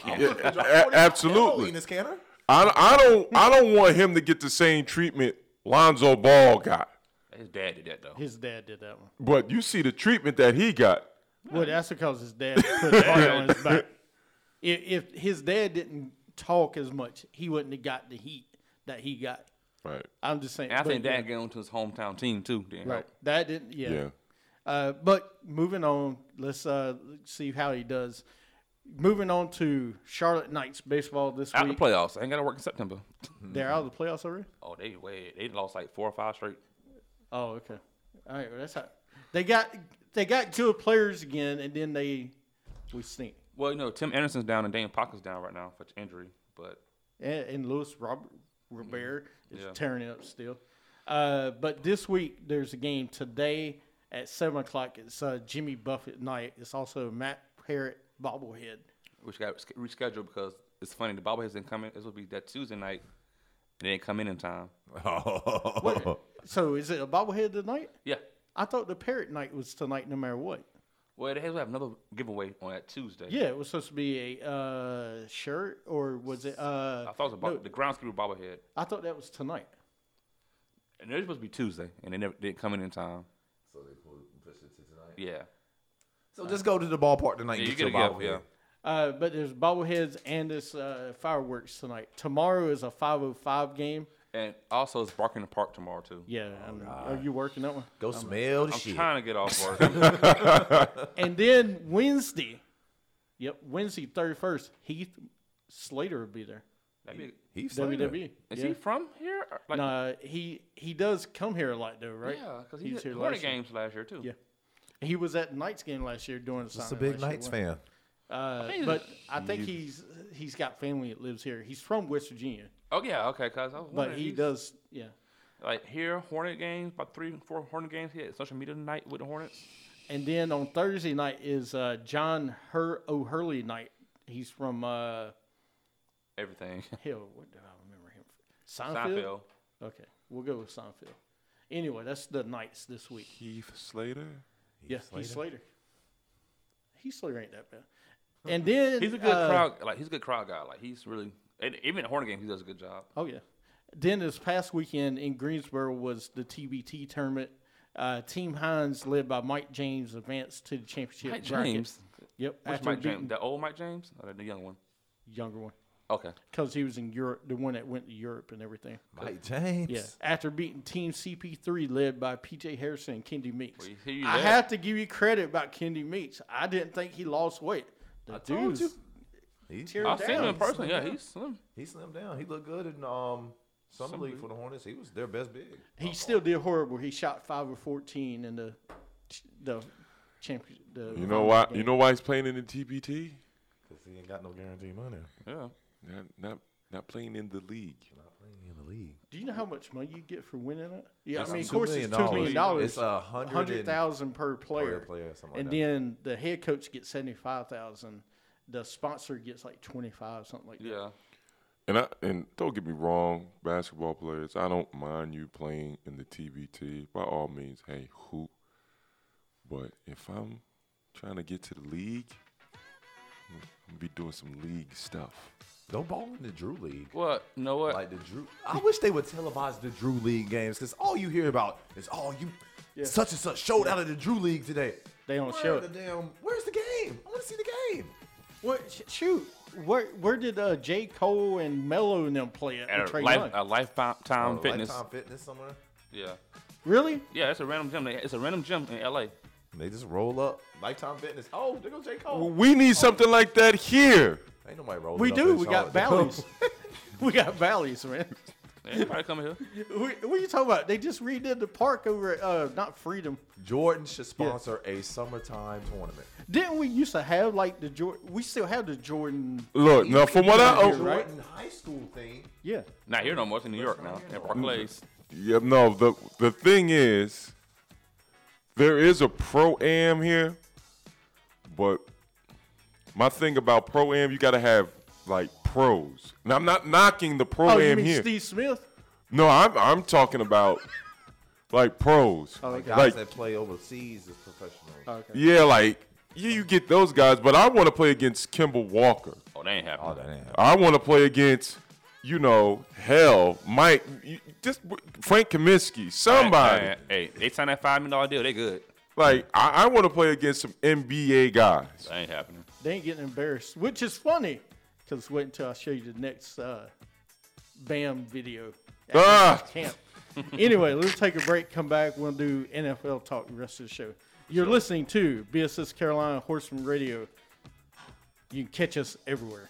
Speaker 3: I'm
Speaker 4: yeah,
Speaker 3: gonna drop
Speaker 4: a-
Speaker 3: 45
Speaker 4: absolutely.
Speaker 3: in this canner.
Speaker 4: I, I don't I don't want him to get the same treatment Lonzo Ball got.
Speaker 2: His dad did that though.
Speaker 1: His dad did that one.
Speaker 4: But you see the treatment that he got.
Speaker 1: Well, that's because his dad put the heart on his back. If, if his dad didn't talk as much, he wouldn't have got the heat that he got.
Speaker 4: Right.
Speaker 1: I'm just saying.
Speaker 2: And I
Speaker 1: but-
Speaker 2: think dad got onto his hometown team too. Then.
Speaker 1: Right. That didn't. Yeah.
Speaker 4: Yeah.
Speaker 1: Uh, but moving on, let's uh, see how he does. Moving on to Charlotte Knights baseball this
Speaker 2: Out
Speaker 1: week.
Speaker 2: the playoffs. I ain't got to work in September.
Speaker 1: They're out of the playoffs already.
Speaker 2: Oh, they way they lost like four or five straight.
Speaker 1: Oh, okay. All right. Well, that's how they got they got good players again, and then they we stink.
Speaker 2: Well, you know, Tim Anderson's down and Dan Pockett's down right now for injury, but
Speaker 1: and, and Luis Robert Robert is
Speaker 2: Yeah.
Speaker 1: tearing it up still. Uh, but this week there's a game today at seven o'clock. It's uh, Jimmy Buffett night. It's also Matt Parrott bobblehead.
Speaker 2: which got res- rescheduled because it's funny the bobbleheads didn't come in. This will be that Tuesday night, and they didn't come in in time.
Speaker 1: What? so is it a bobblehead tonight?
Speaker 2: Yeah.
Speaker 1: I thought the Parrot night was tonight, no matter what.
Speaker 2: Well, they have another giveaway on that Tuesday.
Speaker 1: Yeah, it was supposed to be a uh, shirt, or was it? Uh,
Speaker 2: I thought it was about
Speaker 1: no,
Speaker 2: the ground crew bobblehead,
Speaker 1: I thought that was tonight.
Speaker 2: and they're supposed to be Tuesday, and they never didn't come in in time.
Speaker 3: So they push it to tonight.
Speaker 2: Yeah.
Speaker 3: So just go to the ballpark tonight.
Speaker 2: Yeah,
Speaker 3: and
Speaker 2: you
Speaker 3: get
Speaker 2: get
Speaker 3: your
Speaker 2: a gift,
Speaker 3: bobblehead.
Speaker 2: yeah.
Speaker 1: Uh, but there's bobbleheads and this uh, fireworks tonight. Tomorrow is a 505 game.
Speaker 2: And also, it's Barking the Park tomorrow, too.
Speaker 1: Yeah, I'm, are you working that one?
Speaker 3: Go smell the
Speaker 2: I'm
Speaker 3: shit.
Speaker 2: trying to get off work.
Speaker 1: And then Wednesday, yep, Wednesday thirty first, Heath Slater will be there.
Speaker 2: That'd be-
Speaker 3: He's
Speaker 1: WWE.
Speaker 2: is
Speaker 1: yeah.
Speaker 2: he from here? Or, Like,
Speaker 1: Nah, he he does come here a lot though, right?
Speaker 2: Yeah, because he
Speaker 1: He's
Speaker 2: did
Speaker 1: here
Speaker 2: Hornet
Speaker 1: last year.
Speaker 2: games last year, too.
Speaker 1: Yeah. He was at Knights game last year during the
Speaker 3: Just a
Speaker 1: signing last
Speaker 3: big
Speaker 1: year,
Speaker 3: Knights
Speaker 1: wasn't he?
Speaker 3: fan.
Speaker 1: Uh, but I think he's he's got family that lives here. He's from West Virginia,
Speaker 2: Oh, yeah, okay, because I was
Speaker 1: but
Speaker 2: wondering,
Speaker 1: he
Speaker 2: he's-
Speaker 1: does. Yeah,
Speaker 2: Like, here, Hornet games, about three, four Hornet games here at social media tonight with the Hornets.
Speaker 1: and then on Thursday night is uh, John Her O'Hurley night. He's from uh,
Speaker 2: Everything.
Speaker 1: hell. What do I remember him? From? Seinfeld.
Speaker 2: Seinfeld.
Speaker 1: Okay, we'll go with Seinfeld. Anyway, that's the Knights this week.
Speaker 4: Keith Slater.
Speaker 1: yeah, Heath Slater. Heath Slater ain't that bad. And then
Speaker 2: He's a good
Speaker 1: uh,
Speaker 2: crowd. Like he's a good crowd guy. Like he's really and even at Hornet games he does a good job.
Speaker 1: Oh yeah. Then this past weekend in Greensboro was the TBT tournament. Uh, Team Hines, led by Mike James, advanced to the championship.
Speaker 2: Mike
Speaker 1: bracket.
Speaker 2: James,
Speaker 1: Yep.
Speaker 2: which
Speaker 1: after
Speaker 2: Mike
Speaker 1: beating
Speaker 2: James, the old Mike James, or the young one.
Speaker 1: younger one,
Speaker 2: Okay,
Speaker 1: because he was in Europe, the one that went to Europe and everything.
Speaker 3: Mike James.
Speaker 1: Yeah. After beating Team CP3, led by PJ Harrison and Kendi Meeks.
Speaker 2: Well, you- you
Speaker 1: I
Speaker 2: there.
Speaker 1: have to give you credit about Kendi Meeks. I didn't think he lost weight. The
Speaker 3: told
Speaker 1: dude's
Speaker 3: you. He's,
Speaker 1: Tear
Speaker 2: I've seen him
Speaker 1: Downs.
Speaker 2: in person. Yeah, he's slim.
Speaker 3: he slimmed down. He looked good in um summer league for the Hornets. He was their best big.
Speaker 1: He still did horrible. He shot five or fourteen in the the championship. The
Speaker 4: You know why? You know why he's playing in the TBT?
Speaker 3: Because he ain't got no guarantee money.
Speaker 2: Yeah,
Speaker 4: Not not not playing in the league.
Speaker 3: Not playing in the league.
Speaker 1: Do you know how much money you get for winning it? Yeah,
Speaker 3: It's
Speaker 1: I mean, of
Speaker 3: $2
Speaker 1: course it's two million
Speaker 3: million.
Speaker 1: dollars.
Speaker 3: It's a hundred and-
Speaker 1: hundred thousand per player,
Speaker 3: player, something like
Speaker 1: and
Speaker 3: that.
Speaker 1: then the head coach gets seventy five thousand. The sponsor gets like twenty five, something like that.
Speaker 2: yeah.
Speaker 4: And I and don't get me wrong, basketball players, I don't mind you playing in the TBT by all means. Hey, hoop. But if I'm trying to get to the league, I'm gonna be doing some league stuff.
Speaker 3: Don't ball in the Drew League.
Speaker 2: Well, you know what?
Speaker 3: Like the Drew. I wish they would televise the Drew League games because all you hear about is oh you such and such showed out of the Drew League today.
Speaker 1: They don't
Speaker 3: Where
Speaker 1: show
Speaker 3: the
Speaker 1: it.
Speaker 3: damn? Where's the game? I want to see the game.
Speaker 1: What? sh- Shoot, where where did uh, J Cole and Melo and them play at?
Speaker 2: At
Speaker 1: Trey
Speaker 2: a, life,
Speaker 1: Young?
Speaker 2: a lifetime
Speaker 3: Oh,
Speaker 2: fitness.
Speaker 3: Lifetime Fitness somewhere.
Speaker 2: Yeah,
Speaker 1: really?
Speaker 2: yeah. It's a random gym. They- It's a random gym in LA.
Speaker 3: They just roll up. Lifetime Fitness. Oh, there goes J Cole.
Speaker 4: We need something like that here.
Speaker 3: Ain't nobody rolling.
Speaker 1: We
Speaker 3: up
Speaker 1: do.
Speaker 3: in
Speaker 1: We got
Speaker 3: Charlotte.
Speaker 1: valleys. we got valleys, man.
Speaker 2: Everybody come here.
Speaker 1: What, what are you talking about? They just redid the park over at uh, not Freedom.
Speaker 3: Jordan should sponsor a summertime tournament.
Speaker 1: Didn't we used to have like the Jordan? We still have the Jordan.
Speaker 4: Look, now from what I
Speaker 1: Oh,
Speaker 4: oh,
Speaker 1: Drew- right.
Speaker 3: Jordan High School thing.
Speaker 1: Yeah,
Speaker 2: Not here no more. It's in New York now. In Barclays.
Speaker 4: Yeah, no, the the thing is there is a pro am here, but my thing about pro am you gotta have like pros. And I'm not knocking the pro
Speaker 1: Oh, you
Speaker 4: am
Speaker 1: mean
Speaker 4: here.
Speaker 1: Steve Smith?
Speaker 4: No, I'm I'm talking about like pros.
Speaker 1: okay.
Speaker 3: Guys
Speaker 4: Like
Speaker 3: that play overseas as professionals.
Speaker 1: Okay.
Speaker 4: yeah, like yeah, you get those guys, but I want to play against Kimball Walker.
Speaker 2: Oh, they ain't happy.
Speaker 3: Oh, that ain't
Speaker 4: I want to play against you know hell Mike, you- just Frank Kaminsky, somebody.
Speaker 2: Hey, hey, they signed that five million dollar deal. They good.
Speaker 4: Like I, I want to play against some NBA guys.
Speaker 2: That ain't happening.
Speaker 1: They ain't getting embarrassed, which is funny. Cause wait until I show you the next uh, Bam video. at
Speaker 4: Ah!
Speaker 1: Camp. anyway, let's take a break. Come back. We'll do NFL talk the rest of the show. You're listening to BSS Carolina Horseman Radio. You can catch us everywhere.